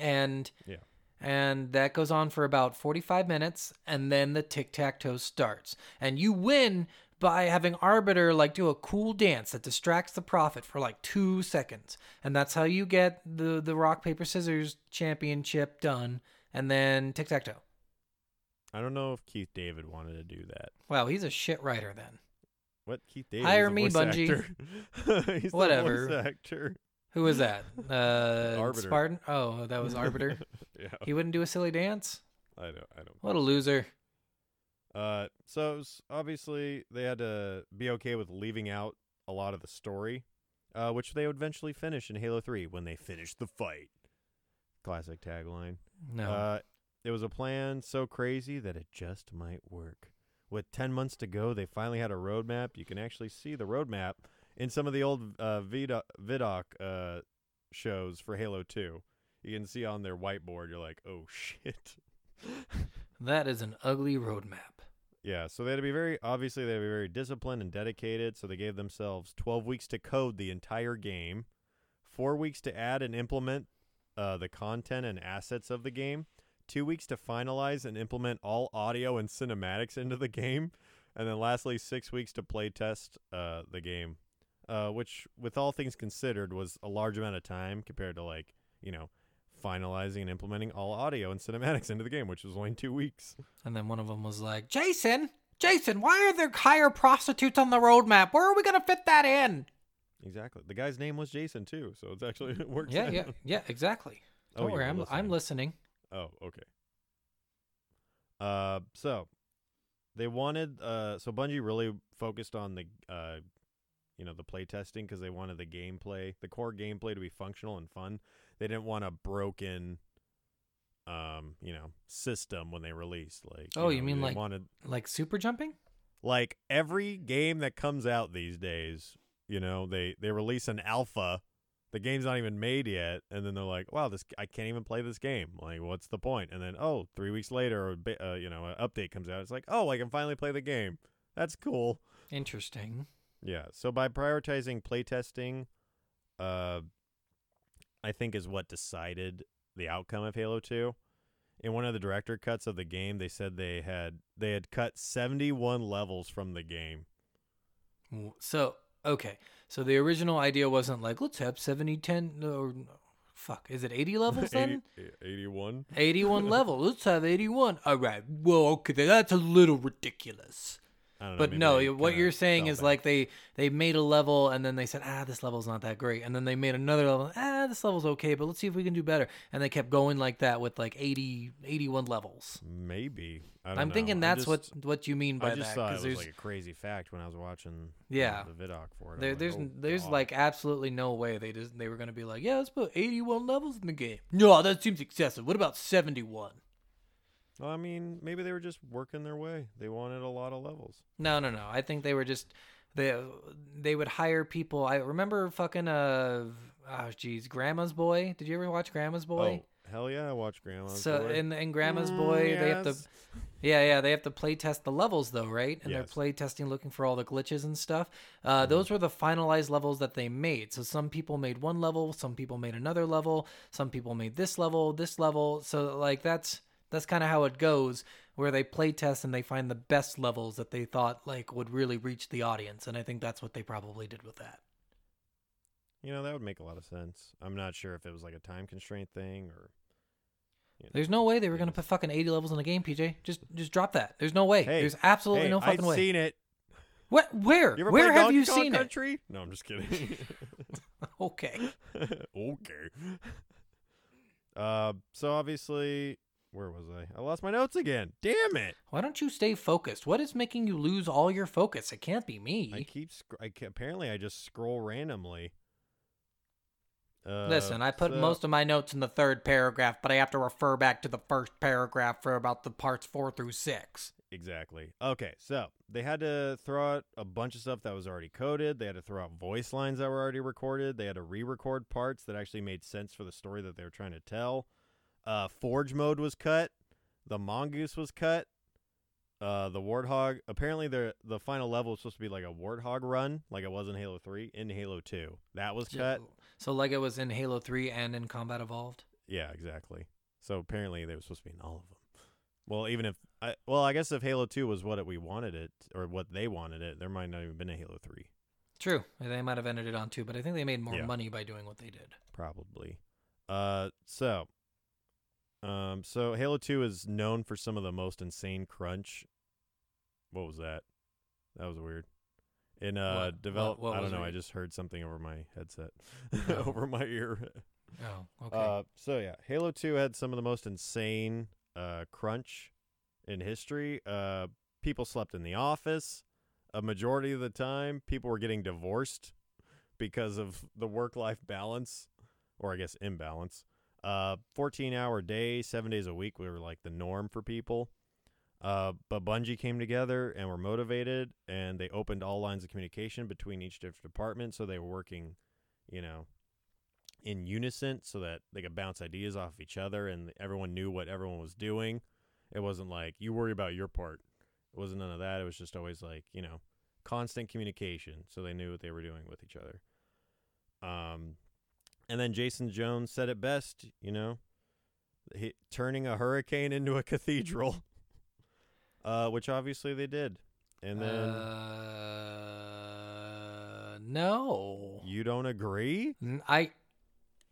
[SPEAKER 1] And
[SPEAKER 2] Yeah.
[SPEAKER 1] and that goes on for about forty five minutes, and then the tic tac toe starts, and you win by having arbiter like do a cool dance that distracts the prophet for like two seconds and that's how you get the the rock paper scissors championship done and then tic-tac-toe
[SPEAKER 2] I don't know if Keith David wanted to do that.
[SPEAKER 1] wow he's a shit writer then
[SPEAKER 2] What Keith David?
[SPEAKER 1] Hire
[SPEAKER 2] is a
[SPEAKER 1] me,
[SPEAKER 2] voice
[SPEAKER 1] Bungie.
[SPEAKER 2] actor. (laughs) He's the
[SPEAKER 1] Whatever.
[SPEAKER 2] voice actor.
[SPEAKER 1] Who was that? Uh,
[SPEAKER 2] Arbiter.
[SPEAKER 1] Spartan. Oh, that was
[SPEAKER 2] (laughs)
[SPEAKER 1] Arbiter.
[SPEAKER 2] Yeah,
[SPEAKER 1] he wouldn't do a silly dance.
[SPEAKER 2] I don't. I don't.
[SPEAKER 1] What a loser!
[SPEAKER 2] Uh, so it was obviously they had to be okay with leaving out a lot of the story, uh, which they would eventually finish in Halo Three when they finished the fight. Classic tagline.
[SPEAKER 1] No,
[SPEAKER 2] Uh, it was a plan so crazy that it just might work. With 10 months to go, they finally had a roadmap. You can actually see the roadmap in some of the old uh, Vido- Vidoc uh, shows for Halo 2. You can see on their whiteboard, you're like, oh (laughs) shit.
[SPEAKER 1] that is an ugly roadmap.
[SPEAKER 2] yeah, so they had to be very, obviously, they had to be very disciplined and dedicated. So they gave themselves 12 weeks to code the entire game, four weeks to add and implement uh, the content and assets of the game, two weeks to finalize and implement all audio and cinematics into the game, and then lastly, six weeks to play test uh, the game, uh, which, with all things considered, was a large amount of time compared to, like, you know, finalizing and implementing all audio and cinematics (laughs) into the game, which was only two weeks.
[SPEAKER 1] And then one of them was like, "Jason, Jason, why are there higher prostitutes on the roadmap? Where are we gonna fit that in?"
[SPEAKER 2] Exactly. The guy's name was Jason, too, so it's actually, (laughs) it works
[SPEAKER 1] Yeah,
[SPEAKER 2] out.
[SPEAKER 1] yeah, yeah, exactly.
[SPEAKER 2] (laughs) Oh,
[SPEAKER 1] Don't
[SPEAKER 2] you
[SPEAKER 1] worry,
[SPEAKER 2] were
[SPEAKER 1] I'm I'm listening.
[SPEAKER 2] Oh, okay. Uh, so they wanted uh, so Bungie really focused on the uh, you know, the play testing because they wanted the gameplay, the core gameplay to be functional and fun. They didn't want a broken, um, you know, system when they released. Like,
[SPEAKER 1] Oh, you
[SPEAKER 2] know,
[SPEAKER 1] mean
[SPEAKER 2] they
[SPEAKER 1] like-
[SPEAKER 2] wanted
[SPEAKER 1] Like super jumping?
[SPEAKER 2] like every game that comes out these days you know they they release an alpha the game's not even made yet and then they're like wow this i can't even play this game like what's the point and then oh three weeks later a bit, uh, you know an update comes out it's like oh i can finally play the game that's cool
[SPEAKER 1] Interesting.
[SPEAKER 2] yeah so by prioritizing playtesting uh i think is what decided the outcome of halo 2 in one of the director cuts of the game they said they had they had cut 71 levels from the game
[SPEAKER 1] W- So okay, so the original idea wasn't like let's have 70, 10, or fuck, is it eighty
[SPEAKER 2] (laughs)
[SPEAKER 1] levels then?
[SPEAKER 2] 81 (laughs)
[SPEAKER 1] 81 level. Let's have 81. All right. Well, okay, then that's a little ridiculous.
[SPEAKER 2] I don't know,
[SPEAKER 1] But
[SPEAKER 2] maybe
[SPEAKER 1] no,
[SPEAKER 2] they
[SPEAKER 1] you- what
[SPEAKER 2] kinda
[SPEAKER 1] you're saying
[SPEAKER 2] fell
[SPEAKER 1] is
[SPEAKER 2] back.
[SPEAKER 1] like they they made a level and then they said, "Ah, this level's not that great." And then they made another level. "Ah, this level's okay, but let's see if we can do better." And they kept going like that with like 80 81 levels.
[SPEAKER 2] maybe I don't
[SPEAKER 1] I'm
[SPEAKER 2] know.
[SPEAKER 1] thinking
[SPEAKER 2] I
[SPEAKER 1] that's
[SPEAKER 2] just-
[SPEAKER 1] what what you mean by
[SPEAKER 2] I just
[SPEAKER 1] that
[SPEAKER 2] thought it was
[SPEAKER 1] there's
[SPEAKER 2] like a crazy fact when I was watching
[SPEAKER 1] Yeah.
[SPEAKER 2] the vidoc for it I'm
[SPEAKER 1] there,
[SPEAKER 2] like,
[SPEAKER 1] there's
[SPEAKER 2] "Oh,
[SPEAKER 1] there's
[SPEAKER 2] God."
[SPEAKER 1] like absolutely no way they just they were going to be like, "Yeah, let's put 81 levels in the game." No, that seems excessive. What about 71?
[SPEAKER 2] Well, I mean maybe they were just working their way they wanted a lot of levels
[SPEAKER 1] No, no, no. I think they were just they they would hire people. I remember fucking uh oh geez, Grandma's Boy. Did you ever watch Grandma's Boy?
[SPEAKER 2] oh hell yeah I watched Grandma
[SPEAKER 1] so in in Grandma's Boy, they have to yeah yeah they have to play test the levels though, right? And they're
[SPEAKER 2] Yes. Mm-hmm.
[SPEAKER 1] play testing, looking for all the glitches and stuff. Uh, Those were the finalized levels that they made. So some people made one level, some people made another level, some people made this level, this level. So like that's that's kind of how it goes where they play test and they find the best levels that they thought like would really reach the audience and i think that's what they probably did with that
[SPEAKER 2] You know, that would make a lot of sense. I'm not sure if it was like a time constraint thing or you know.
[SPEAKER 1] There's no way they were gonna put fucking 80 levels in a game, PJ. Just just drop that. There's no way.
[SPEAKER 2] Hey,
[SPEAKER 1] There's absolutely
[SPEAKER 2] hey,
[SPEAKER 1] no fucking
[SPEAKER 2] I've
[SPEAKER 1] way.
[SPEAKER 2] seen it.
[SPEAKER 1] what? Where?
[SPEAKER 2] You ever
[SPEAKER 1] Where
[SPEAKER 2] played
[SPEAKER 1] have
[SPEAKER 2] Donkey
[SPEAKER 1] you
[SPEAKER 2] Kong
[SPEAKER 1] seen it?
[SPEAKER 2] Country? No, I'm just kidding.
[SPEAKER 1] (laughs)
[SPEAKER 2] (laughs)
[SPEAKER 1] Okay.
[SPEAKER 2] okay. Uh, so obviously, where was I? I lost my notes again. Damn it!
[SPEAKER 1] Why don't you stay focused? What is making you lose all your focus? It can't be me.
[SPEAKER 2] I keep. Sc- I ca- apparently I just scroll randomly. Uh,
[SPEAKER 1] Listen, I put
[SPEAKER 2] so-
[SPEAKER 1] most of my notes in the third paragraph, but I have to refer back to the first paragraph for about the parts four through six.
[SPEAKER 2] Exactly. Okay, so they had to throw out a bunch of stuff that was already coded. They had to throw out voice lines that were already recorded. They had to re-record parts that actually made sense for the story that they were trying to tell. Uh, Forge mode was cut. The mongoose was cut. Uh, the warthog. Apparently, the the final level was supposed to be like a warthog run, like it was in Halo Three. In Halo Two, that was cut.
[SPEAKER 1] So, so like it was in Halo 3 and in Combat Evolved.
[SPEAKER 2] Yeah, exactly. So apparently they were supposed to be in all of them. Well, even if I well, I guess if Halo Two was what it, we wanted it or what they wanted it, there might not even been a Halo Three,
[SPEAKER 1] True. They might have ended it on two, but I think they made more
[SPEAKER 2] Yeah.
[SPEAKER 1] money by doing what they did.
[SPEAKER 2] probably. Uh, so, um, so Halo Two is known for some of the most insane crunch. What was that? That was weird. In uh,
[SPEAKER 1] What- what-
[SPEAKER 2] develop,
[SPEAKER 1] what
[SPEAKER 2] I don't
[SPEAKER 1] was
[SPEAKER 2] know. I
[SPEAKER 1] weird?
[SPEAKER 2] just heard something over my headset, (laughs)
[SPEAKER 1] Oh.
[SPEAKER 2] over my ear.
[SPEAKER 1] Oh, okay.
[SPEAKER 2] Uh, so yeah, Halo Two had some of the most insane uh, crunch in history. Uh, people slept in the office a majority of the time. People were getting divorced because of the work-life balance, or I guess imbalance. Uh, fourteen-hour day, seven days a week. We were like the norm for people. Uh, but Bungie came together and were motivated, and they opened all lines of communication between each different department. So they were working, you know, in unison so that they could bounce ideas off of each other and everyone knew what everyone was doing. It wasn't like you worry about your part. It wasn't none of that. It was just always like, you know, constant communication so they knew what they were doing with each other. Um and then Jason Jones said it best, you know, he, turning a hurricane into a cathedral. (laughs) Uh, which obviously they did. And then
[SPEAKER 1] Uh, no.
[SPEAKER 2] you don't agree?
[SPEAKER 1] N- I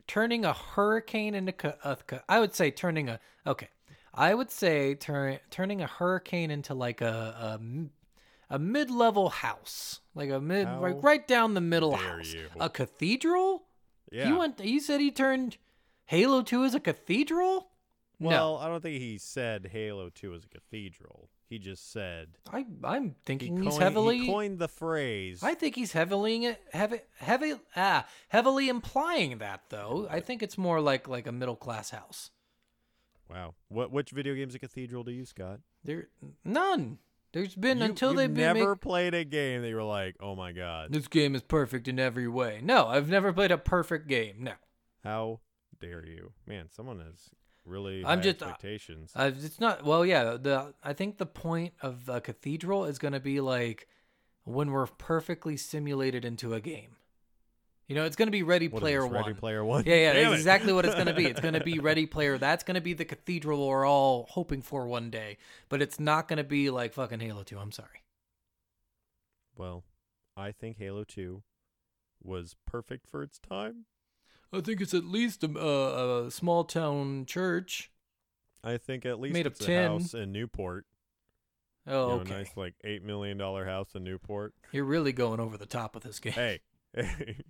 [SPEAKER 1] turning a hurricane into ca- a ca- I would say turning a okay. I would say turn, turning a hurricane into like a a m- a, mid-level house, like a mid
[SPEAKER 2] How
[SPEAKER 1] like right down the middle
[SPEAKER 2] dare
[SPEAKER 1] house.
[SPEAKER 2] you.
[SPEAKER 1] A cathedral?
[SPEAKER 2] Yeah.
[SPEAKER 1] He went he said he turned Halo 2 as a cathedral?
[SPEAKER 2] Well, I don't think he said Halo 2 is a cathedral. He just said
[SPEAKER 1] no. I I'm
[SPEAKER 2] he,
[SPEAKER 1] thinking
[SPEAKER 2] coined,
[SPEAKER 1] he's
[SPEAKER 2] he
[SPEAKER 1] heavily
[SPEAKER 2] coined the phrase.
[SPEAKER 1] I think he's heavily heavy, heavy, ah, heavily implying that though. I think it's more like like a middle class house.
[SPEAKER 2] wow. What which video game's a cathedral to you, Scott?
[SPEAKER 1] There none. There's been
[SPEAKER 2] You-
[SPEAKER 1] until
[SPEAKER 2] you've
[SPEAKER 1] they've been
[SPEAKER 2] never
[SPEAKER 1] make-
[SPEAKER 2] played a game that you were like, "Oh my god,
[SPEAKER 1] this game is perfect in every way. No, I've never played a perfect game. No,
[SPEAKER 2] how dare you?" Man, someone has really
[SPEAKER 1] I'm
[SPEAKER 2] high
[SPEAKER 1] just- uh,
[SPEAKER 2] expectations.
[SPEAKER 1] i it's not. Well, yeah. The I think the point of a cathedral is going to be like when we're perfectly simulated into a game. You know, it's going to be Ready
[SPEAKER 2] What is
[SPEAKER 1] Player
[SPEAKER 2] this,
[SPEAKER 1] One. (laughs)
[SPEAKER 2] Ready Player One. (laughs)
[SPEAKER 1] Yeah, yeah,
[SPEAKER 2] Damn
[SPEAKER 1] that's
[SPEAKER 2] it.
[SPEAKER 1] exactly what it's going to be. It's going to
[SPEAKER 2] (laughs)
[SPEAKER 1] be Ready Player. That's going to be the cathedral we're all hoping for one day, but it's not going to be like fucking Halo 2. I'm sorry.
[SPEAKER 2] well, I think Halo 2 was perfect for its time.
[SPEAKER 1] I think it's at least a, a, a small town church.
[SPEAKER 2] I think at least
[SPEAKER 1] Made of
[SPEAKER 2] it's a
[SPEAKER 1] tin.
[SPEAKER 2] house in Newport.
[SPEAKER 1] Oh,
[SPEAKER 2] you know,
[SPEAKER 1] okay.
[SPEAKER 2] a nice like 8 million dollar house in Newport.
[SPEAKER 1] (laughs) You're really going over the top with this game.
[SPEAKER 2] hey, (laughs)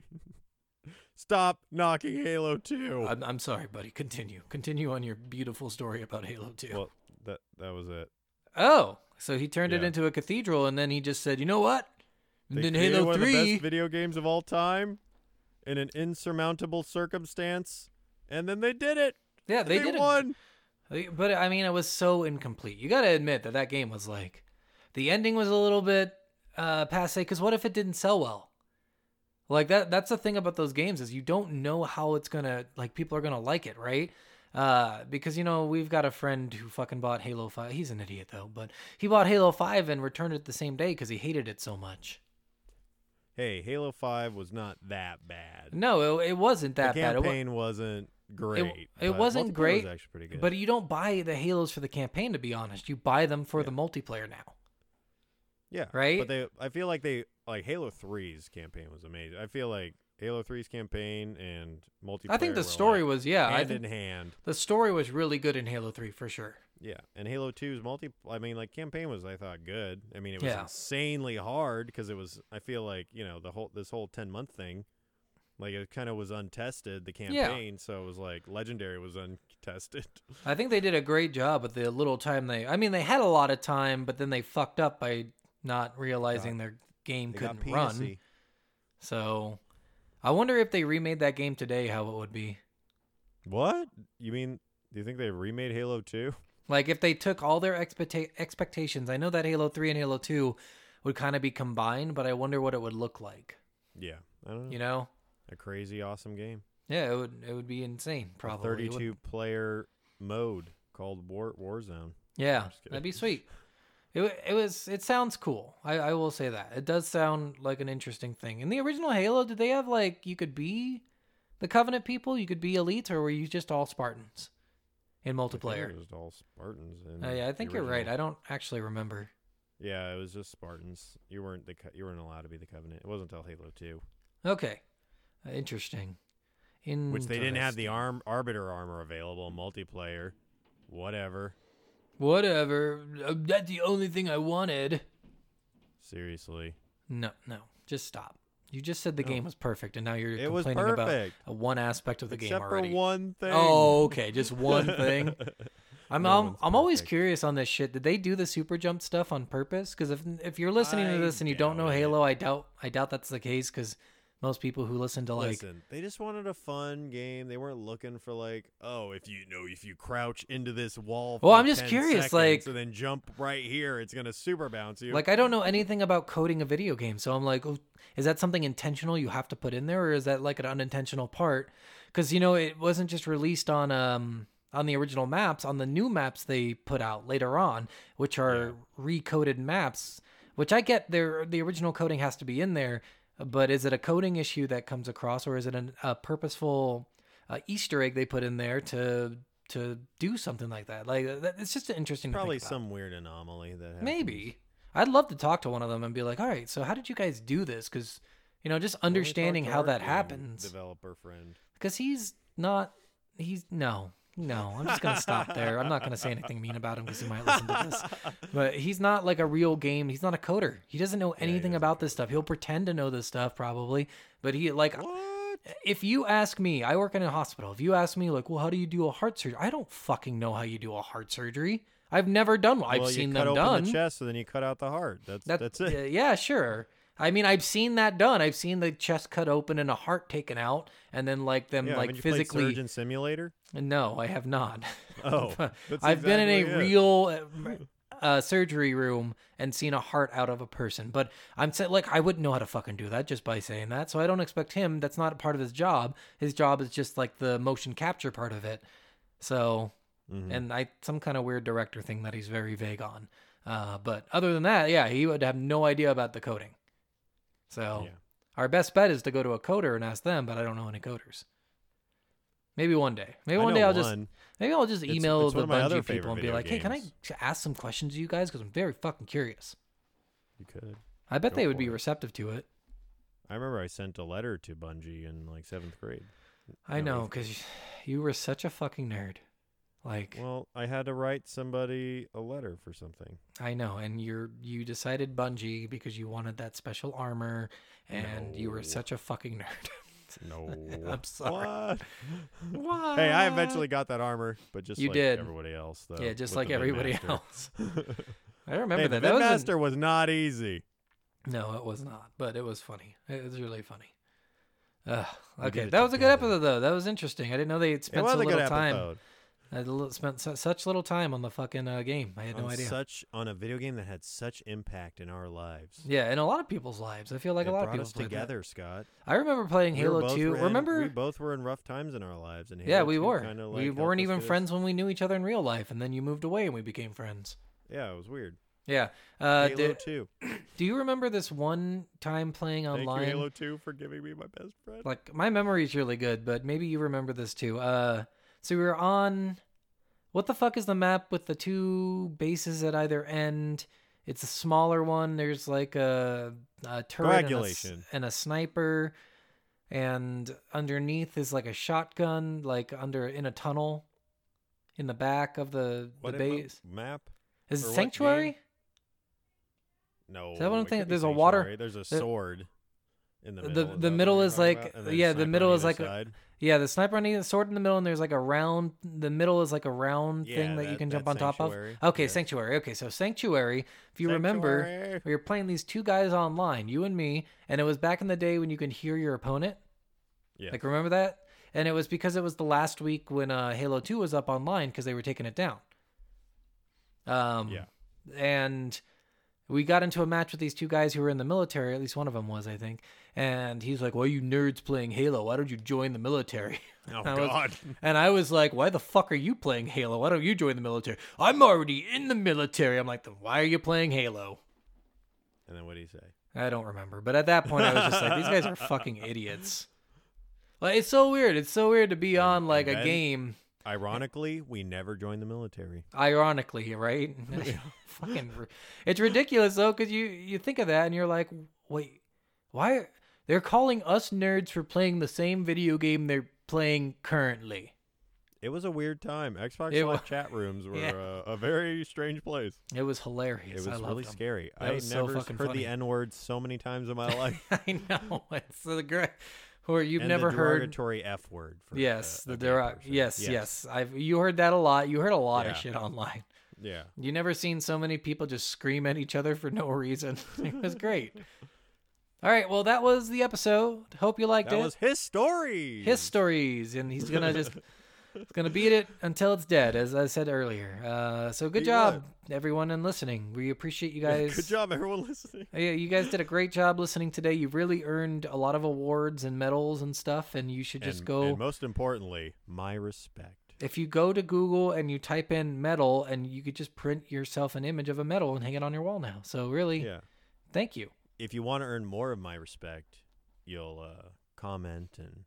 [SPEAKER 2] stop knocking Halo 2.
[SPEAKER 1] I'm, I'm sorry, buddy. Continue. Continue on your beautiful story about Halo 2.
[SPEAKER 2] well, that that was it.
[SPEAKER 1] oh, so he turned it
[SPEAKER 2] Yeah.
[SPEAKER 1] into a cathedral and then he just said, you know what?
[SPEAKER 2] They
[SPEAKER 1] And then
[SPEAKER 2] created
[SPEAKER 1] Halo
[SPEAKER 2] one of the
[SPEAKER 1] 3.
[SPEAKER 2] best video games of all time in an insurmountable circumstance, and then they did it.
[SPEAKER 1] yeah, they,
[SPEAKER 2] they
[SPEAKER 1] did it.
[SPEAKER 2] won.
[SPEAKER 1] Like, But I mean, it was so incomplete. You got to admit that that game was like, the ending was a little bit uh, passe. Because what if it didn't sell well? Like that. That's the thing about those games is you don't know how it's gonna like people are gonna like it, right? Uh, because you know we've got a friend who fucking bought Halo Five. He's an idiot though, but he bought Halo Five and returned it the same day because he hated it so much.
[SPEAKER 2] Hey, Halo 5 was not that bad.
[SPEAKER 1] No, it, it wasn't that
[SPEAKER 2] the
[SPEAKER 1] bad. It wa-
[SPEAKER 2] campaign wasn't great.
[SPEAKER 1] it
[SPEAKER 2] but
[SPEAKER 1] wasn't
[SPEAKER 2] multiplayer
[SPEAKER 1] great,
[SPEAKER 2] Was actually pretty good.
[SPEAKER 1] But you don't buy the Halos for the campaign, to be honest. You buy them for the multiplayer now.
[SPEAKER 2] yeah,
[SPEAKER 1] right?
[SPEAKER 2] But they, I feel like they like Halo 3's campaign was amazing. I feel like Halo 3's campaign and multiplayer.
[SPEAKER 1] I think
[SPEAKER 2] were,
[SPEAKER 1] the story
[SPEAKER 2] like,
[SPEAKER 1] was yeah. I
[SPEAKER 2] hand
[SPEAKER 1] think
[SPEAKER 2] in hand.
[SPEAKER 1] the story was really good in Halo Three for sure.
[SPEAKER 2] Yeah, and Halo 2's multi. I mean, like campaign was I thought good. I mean, it was
[SPEAKER 1] Yeah.
[SPEAKER 2] insanely hard because it was. I feel like you know the whole this whole ten month thing, like it kind of was untested the campaign. So it was like legendary was untested. (laughs)
[SPEAKER 1] I think they did a great job with the little time they. I mean, they had a lot of time, but then they fucked up by not realizing their game couldn't run. So, I wonder if they remade that game today, how it would be.
[SPEAKER 2] What you mean? Do you think they remade Halo 2?
[SPEAKER 1] Like if they took all their expecta- expectations. I know that Halo Three and Halo Two would kind of be combined, but I wonder what it would look like.
[SPEAKER 2] (laughs) Yeah, I don't know.
[SPEAKER 1] You know?
[SPEAKER 2] a crazy awesome game.
[SPEAKER 1] Yeah, it would. It would be insane.
[SPEAKER 2] A
[SPEAKER 1] Probably. It Oh, would-
[SPEAKER 2] 32 player mode called War Warzone.
[SPEAKER 1] Yeah,
[SPEAKER 2] just kidding.
[SPEAKER 1] that'd be sweet. It, wa- it was it sounds cool. I, I will say that it does sound like an interesting thing. In the original Halo, did they have like you could be the Covenant people, you could be elite, or were you just all Spartans in
[SPEAKER 2] I think
[SPEAKER 1] multiplayer?
[SPEAKER 2] It was all Spartans. in
[SPEAKER 1] Oh yeah, I
[SPEAKER 2] the
[SPEAKER 1] think you're right.
[SPEAKER 2] original.
[SPEAKER 1] I don't actually remember.
[SPEAKER 2] Yeah, it was just Spartans. You weren't the co- you weren't allowed to be the Covenant. It wasn't until Halo Two,
[SPEAKER 1] Okay, Uh, interesting. In
[SPEAKER 2] which they didn't have the arm Arbiter armor available in multiplayer. Whatever.
[SPEAKER 1] whatever. Uh, That's the only thing I wanted.
[SPEAKER 2] Seriously,
[SPEAKER 1] No, no, just stop. You just said the
[SPEAKER 2] No.
[SPEAKER 1] game was perfect, and now you're
[SPEAKER 2] it was
[SPEAKER 1] complaining about
[SPEAKER 2] perfect
[SPEAKER 1] uh, one aspect of the game
[SPEAKER 2] except
[SPEAKER 1] already.
[SPEAKER 2] for one thing.
[SPEAKER 1] Oh, okay, just one
[SPEAKER 2] (laughs)
[SPEAKER 1] thing. I'm
[SPEAKER 2] No
[SPEAKER 1] I'm,
[SPEAKER 2] one's
[SPEAKER 1] I'm always
[SPEAKER 2] perfect.
[SPEAKER 1] curious on this shit. Did they do the super jump stuff on purpose? Because if if you're listening
[SPEAKER 2] I
[SPEAKER 1] to this and you don't know
[SPEAKER 2] doubt it.
[SPEAKER 1] Halo, I doubt I doubt that's the case. Because most people who listen to like
[SPEAKER 2] Listen, they just wanted a fun game. They weren't looking for like, oh, if you know, if you crouch into this wall.
[SPEAKER 1] Well,
[SPEAKER 2] for
[SPEAKER 1] I'm just
[SPEAKER 2] 10
[SPEAKER 1] curious,
[SPEAKER 2] seconds
[SPEAKER 1] like-
[SPEAKER 2] and then jump right here, it's gonna super bounce you.
[SPEAKER 1] like I don't know anything about coding a video game, so I'm like, oh, is that something intentional you have to put in there, or is that like an unintentional part? Because you know it wasn't just released on um on the original maps, on the new maps they put out later on, which are recoded maps. Which I get, there the original coding has to be in there, but is it a coding issue that comes across, or is it an, a purposeful uh, Easter egg they put in there to to do something like that? Like that, it's just interesting. to think
[SPEAKER 2] probably
[SPEAKER 1] about.
[SPEAKER 2] some weird anomaly that happened.
[SPEAKER 1] Maybe. I'd love to talk to one of them and be like, all right, so how did you guys do this? Because, you know, just
[SPEAKER 2] Well, we
[SPEAKER 1] understanding
[SPEAKER 2] talked to
[SPEAKER 1] how
[SPEAKER 2] our
[SPEAKER 1] that
[SPEAKER 2] game
[SPEAKER 1] happens.
[SPEAKER 2] Developer friend.
[SPEAKER 1] Because he's not, he's, no, no, I'm just going to stop there. I'm not going to say anything mean about him because he might listen to
[SPEAKER 2] (laughs)
[SPEAKER 1] this. But he's not like a real game. He's not a coder. He doesn't know
[SPEAKER 2] he
[SPEAKER 1] anything
[SPEAKER 2] doesn't
[SPEAKER 1] about this stuff. He'll pretend to know this stuff probably. But he, like,
[SPEAKER 2] What?
[SPEAKER 1] if you ask me, I work in a hospital. If you ask me, like, well, how do you do a heart surgery? I don't fucking know how you do a heart surgery. I've never done one. I've
[SPEAKER 2] well,
[SPEAKER 1] seen
[SPEAKER 2] you cut
[SPEAKER 1] them
[SPEAKER 2] open
[SPEAKER 1] done.
[SPEAKER 2] the chest, and then you cut out the heart. That's
[SPEAKER 1] That-
[SPEAKER 2] that's it.
[SPEAKER 1] y- Yeah, sure. I mean, I've seen that done. I've seen the chest cut open and a heart taken out, and then like them
[SPEAKER 2] (laughs) Yeah,
[SPEAKER 1] like
[SPEAKER 2] haven't you played
[SPEAKER 1] physically.
[SPEAKER 2] Surgeon
[SPEAKER 1] (laughs)
[SPEAKER 2] Simulator.
[SPEAKER 1] No, I have not.
[SPEAKER 2] Oh, (laughs) that's
[SPEAKER 1] I've been in a
[SPEAKER 2] exactly it.
[SPEAKER 1] real
[SPEAKER 2] (laughs)
[SPEAKER 1] uh, uh, surgery room and seen a heart out of a person, but I'm saying like I wouldn't know how to fucking do that just by saying that. So I don't expect him. That's not a part of his job. His job is just like the motion capture part of it. So
[SPEAKER 2] Mhm.
[SPEAKER 1] and I some kind of weird director thing that he's very vague on. Uh, but other than that, yeah, he would have no idea about the coding. So
[SPEAKER 2] Yeah.
[SPEAKER 1] our best bet is to go to a coder and ask them, but I don't know any coders. Maybe one day. Maybe
[SPEAKER 2] I
[SPEAKER 1] one day
[SPEAKER 2] know
[SPEAKER 1] I'll just
[SPEAKER 2] one.
[SPEAKER 1] maybe I'll just
[SPEAKER 2] It's-
[SPEAKER 1] email
[SPEAKER 2] it's one
[SPEAKER 1] the
[SPEAKER 2] of my other
[SPEAKER 1] Bungie
[SPEAKER 2] favorite
[SPEAKER 1] people and be
[SPEAKER 2] video
[SPEAKER 1] like, "Hey, can I
[SPEAKER 2] games.
[SPEAKER 1] j- ask some questions to you guys? Because I'm very fucking curious."
[SPEAKER 2] You could.
[SPEAKER 1] I bet
[SPEAKER 2] Go
[SPEAKER 1] they would
[SPEAKER 2] for
[SPEAKER 1] be
[SPEAKER 2] it.
[SPEAKER 1] receptive to it.
[SPEAKER 2] I remember I sent a letter to Bungie in like seventh grade.
[SPEAKER 1] I
[SPEAKER 2] No,
[SPEAKER 1] know because you were such a fucking nerd. Like
[SPEAKER 2] Well, I had to write somebody a letter for something.
[SPEAKER 1] I know, and you're you decided Bungie because you wanted that special armor, and you were
[SPEAKER 2] No.
[SPEAKER 1] such a fucking (laughs) nerd.
[SPEAKER 2] No,
[SPEAKER 1] (laughs) I'm sorry.
[SPEAKER 2] What?
[SPEAKER 1] What?
[SPEAKER 2] Hey, I eventually got that armor, but just
[SPEAKER 1] You
[SPEAKER 2] like
[SPEAKER 1] did.
[SPEAKER 2] everybody else, though.
[SPEAKER 1] yeah, just
[SPEAKER 2] with
[SPEAKER 1] like
[SPEAKER 2] the
[SPEAKER 1] everybody
[SPEAKER 2] (laughs)
[SPEAKER 1] (laughs)
[SPEAKER 2] Vidmaster.
[SPEAKER 1] else. I remember
[SPEAKER 2] hey,
[SPEAKER 1] that.
[SPEAKER 2] The
[SPEAKER 1] That was
[SPEAKER 2] Vidmaster was not easy.
[SPEAKER 1] no, it was not, but it was funny. It was really funny. Ugh,
[SPEAKER 2] We did
[SPEAKER 1] okay,
[SPEAKER 2] it
[SPEAKER 1] that was a good
[SPEAKER 2] together.
[SPEAKER 1] episode though. That was interesting. I didn't know they had
[SPEAKER 2] It
[SPEAKER 1] spent
[SPEAKER 2] was
[SPEAKER 1] so
[SPEAKER 2] a good
[SPEAKER 1] little time.
[SPEAKER 2] episode.
[SPEAKER 1] I li- spent su- such little time on the fucking uh, game. I had no
[SPEAKER 2] on
[SPEAKER 1] idea.
[SPEAKER 2] Such on a video game that had such impact in our lives.
[SPEAKER 1] yeah, in a lot of people's lives, I feel like
[SPEAKER 2] it
[SPEAKER 1] a lot of
[SPEAKER 2] brought
[SPEAKER 1] people
[SPEAKER 2] us together, Scott.
[SPEAKER 1] I remember playing
[SPEAKER 2] We
[SPEAKER 1] Halo
[SPEAKER 2] were both
[SPEAKER 1] 2.
[SPEAKER 2] were in-
[SPEAKER 1] remember
[SPEAKER 2] we both were in rough times in our lives, and
[SPEAKER 1] yeah,
[SPEAKER 2] Halo
[SPEAKER 1] we
[SPEAKER 2] 2
[SPEAKER 1] were.
[SPEAKER 2] kinda,
[SPEAKER 1] we
[SPEAKER 2] like, helped
[SPEAKER 1] weren't
[SPEAKER 2] us
[SPEAKER 1] even
[SPEAKER 2] do this.
[SPEAKER 1] friends when we knew each other in real life, and then you moved away and we became friends.
[SPEAKER 2] Yeah, it was weird.
[SPEAKER 1] Yeah. Uh,
[SPEAKER 2] Halo
[SPEAKER 1] do,
[SPEAKER 2] Two.
[SPEAKER 1] do you remember this one time playing
[SPEAKER 2] Thank
[SPEAKER 1] online?
[SPEAKER 2] you, Halo Two, for giving me my best friend.
[SPEAKER 1] Like my memory's really good, but maybe you remember this too. Uh, so we were on. What the fuck is the map with the two bases at either end? It's a smaller one. There's like a, a turret and a s-
[SPEAKER 2] Coagulation.
[SPEAKER 1] and a sniper. and underneath is like a shotgun, like under in a tunnel, in the back of the the
[SPEAKER 2] What mo-
[SPEAKER 1] base.
[SPEAKER 2] map?
[SPEAKER 1] Is
[SPEAKER 2] or
[SPEAKER 1] it
[SPEAKER 2] what
[SPEAKER 1] sanctuary?
[SPEAKER 2] No.
[SPEAKER 1] that what I'm
[SPEAKER 2] it could
[SPEAKER 1] thinking?
[SPEAKER 2] be
[SPEAKER 1] There's a water-
[SPEAKER 2] sanctuary. There's a
[SPEAKER 1] the-
[SPEAKER 2] sword in the
[SPEAKER 1] the- the
[SPEAKER 2] middle. that what
[SPEAKER 1] middle
[SPEAKER 2] you're
[SPEAKER 1] is
[SPEAKER 2] talking
[SPEAKER 1] like-
[SPEAKER 2] about? And then
[SPEAKER 1] yeah, the
[SPEAKER 2] sniper on
[SPEAKER 1] middle
[SPEAKER 2] either
[SPEAKER 1] is like a-
[SPEAKER 2] side?
[SPEAKER 1] Yeah, the sniper on either sword in the middle, and there's like a round. The middle is like a round
[SPEAKER 2] Yeah,
[SPEAKER 1] thing that, you can jump on
[SPEAKER 2] that's
[SPEAKER 1] top of.
[SPEAKER 2] sanctuary.
[SPEAKER 1] Okay,
[SPEAKER 2] Yeah.
[SPEAKER 1] sanctuary. Okay, so sanctuary. If you remember,
[SPEAKER 2] Sanctuary.
[SPEAKER 1] we were playing these two guys online, you and me, and it was back in the day when you could hear your opponent.
[SPEAKER 2] Yeah.
[SPEAKER 1] Like remember that? And it was because it was the last week when uh, Halo Two was up online because they were taking it down. Um,
[SPEAKER 2] Yeah.
[SPEAKER 1] And we got into a match with these two guys who were in the military. At least one of them was, I think. And he's like, "Why are you nerds playing Halo? Why don't you join the military?" (laughs)
[SPEAKER 2] Oh
[SPEAKER 1] I was-
[SPEAKER 2] God. (laughs)
[SPEAKER 1] And I was like, why the fuck are you playing Halo? Why don't you join the military? I'm already in the military. I'm like, then why are you playing Halo?
[SPEAKER 2] And then what do you say?
[SPEAKER 1] I don't remember. But at that point, I was just like, these
[SPEAKER 2] (laughs)
[SPEAKER 1] guys are fucking idiots. Like, it's so weird. It's so weird to be on like
[SPEAKER 2] and
[SPEAKER 1] a
[SPEAKER 2] then-
[SPEAKER 1] game,
[SPEAKER 2] Ironically, we never joined the military.
[SPEAKER 1] ironically,
[SPEAKER 2] (laughs)
[SPEAKER 1] right? (laughs) fucking, r- it's ridiculous though, because you you think of that and you're like, wait, why? are- They're calling us nerds for playing the same video game they're playing currently.
[SPEAKER 2] It was a weird time. Xbox
[SPEAKER 1] It wa-
[SPEAKER 2] Live chat
[SPEAKER 1] (laughs)
[SPEAKER 2] rooms were
[SPEAKER 1] Yeah.
[SPEAKER 2] uh, a very strange place.
[SPEAKER 1] It was hilarious.
[SPEAKER 2] it
[SPEAKER 1] I
[SPEAKER 2] was
[SPEAKER 1] loved
[SPEAKER 2] really
[SPEAKER 1] them.
[SPEAKER 2] scary.
[SPEAKER 1] That
[SPEAKER 2] I
[SPEAKER 1] was so
[SPEAKER 2] never s-
[SPEAKER 1] fucking
[SPEAKER 2] heard
[SPEAKER 1] funny.
[SPEAKER 2] the N word so many times in my
[SPEAKER 1] (laughs)
[SPEAKER 2] life.
[SPEAKER 1] I know (laughs) it's the great, or you've
[SPEAKER 2] and
[SPEAKER 1] never
[SPEAKER 2] the
[SPEAKER 1] heard.
[SPEAKER 2] derogatory F word. For, uh,
[SPEAKER 1] Yes,
[SPEAKER 2] a
[SPEAKER 1] the
[SPEAKER 2] gay
[SPEAKER 1] derog.
[SPEAKER 2] person.
[SPEAKER 1] Yes, yes, I've you heard that a lot. You heard a lot of
[SPEAKER 2] Yeah.
[SPEAKER 1] shit online.
[SPEAKER 2] Yeah.
[SPEAKER 1] You never seen so many people just scream at each other for no (laughs) reason. it was great. All right, well that was the episode. Hope you liked
[SPEAKER 2] That
[SPEAKER 1] it.
[SPEAKER 2] was his story.
[SPEAKER 1] His stories, and he's gonna
[SPEAKER 2] (laughs)
[SPEAKER 1] just. It's gonna beat it until it's dead, as I said earlier. Uh, so good
[SPEAKER 2] Beat
[SPEAKER 1] job, everyone, and listening. We appreciate you guys.
[SPEAKER 2] Good job, everyone listening.
[SPEAKER 1] Yeah, you guys did a great job listening today. You really earned a lot of awards and medals and stuff, and you should just
[SPEAKER 2] and,
[SPEAKER 1] go.
[SPEAKER 2] And most importantly, my respect.
[SPEAKER 1] if you go to Google and you type in medal, and you could just print yourself an image of a medal and hang it on your wall now. So really,
[SPEAKER 2] Yeah.
[SPEAKER 1] thank you.
[SPEAKER 2] If you want to earn more of my respect, you'll uh, comment and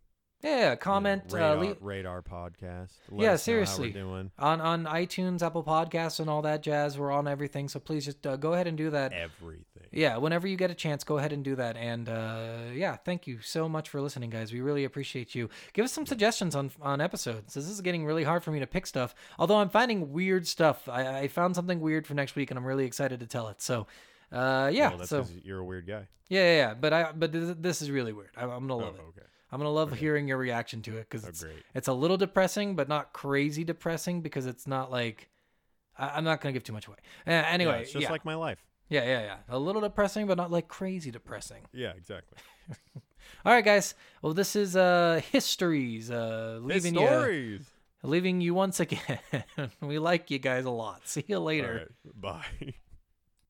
[SPEAKER 1] Yeah, comment
[SPEAKER 2] You know,
[SPEAKER 1] uh,
[SPEAKER 2] radar,
[SPEAKER 1] lea-
[SPEAKER 2] radar podcast.
[SPEAKER 1] Yeah,
[SPEAKER 2] Let us know how we're
[SPEAKER 1] seriously.
[SPEAKER 2] doing
[SPEAKER 1] on on iTunes, Apple Podcasts, and all that jazz. We're on everything, so please just uh, go ahead and do that.
[SPEAKER 2] everything.
[SPEAKER 1] Yeah, whenever you get a chance, go ahead and do that. And uh, yeah, thank you so much for listening, guys. We really appreciate you. Give us some suggestions on on episodes. This is getting really hard for me to pick stuff. Although I'm finding weird stuff. I, I found something weird for next week, and I'm really excited to tell it. So, uh, yeah.
[SPEAKER 2] Well, that's
[SPEAKER 1] so
[SPEAKER 2] 'cause you're a weird guy.
[SPEAKER 1] yeah, yeah, yeah. But I but th- this is really weird. I, I'm gonna
[SPEAKER 2] Oh,
[SPEAKER 1] love it.
[SPEAKER 2] okay. Oh,
[SPEAKER 1] I'm gonna love hearing your reaction to it because it's
[SPEAKER 2] Agreed.
[SPEAKER 1] it's a little depressing, but not crazy depressing because it's not like. I- I'm not gonna give too much away. Uh, anyway,
[SPEAKER 2] yeah, it's just
[SPEAKER 1] yeah.
[SPEAKER 2] like my life.
[SPEAKER 1] Yeah, yeah, yeah. A little depressing, but not like crazy depressing.
[SPEAKER 2] Yeah, exactly.
[SPEAKER 1] All right, guys. Well, this is uh histories. Uh, leaving you,
[SPEAKER 2] stories.
[SPEAKER 1] (laughs) leaving you once again. we like you guys a lot. See you
[SPEAKER 2] All
[SPEAKER 1] later.
[SPEAKER 2] right, bye. (laughs)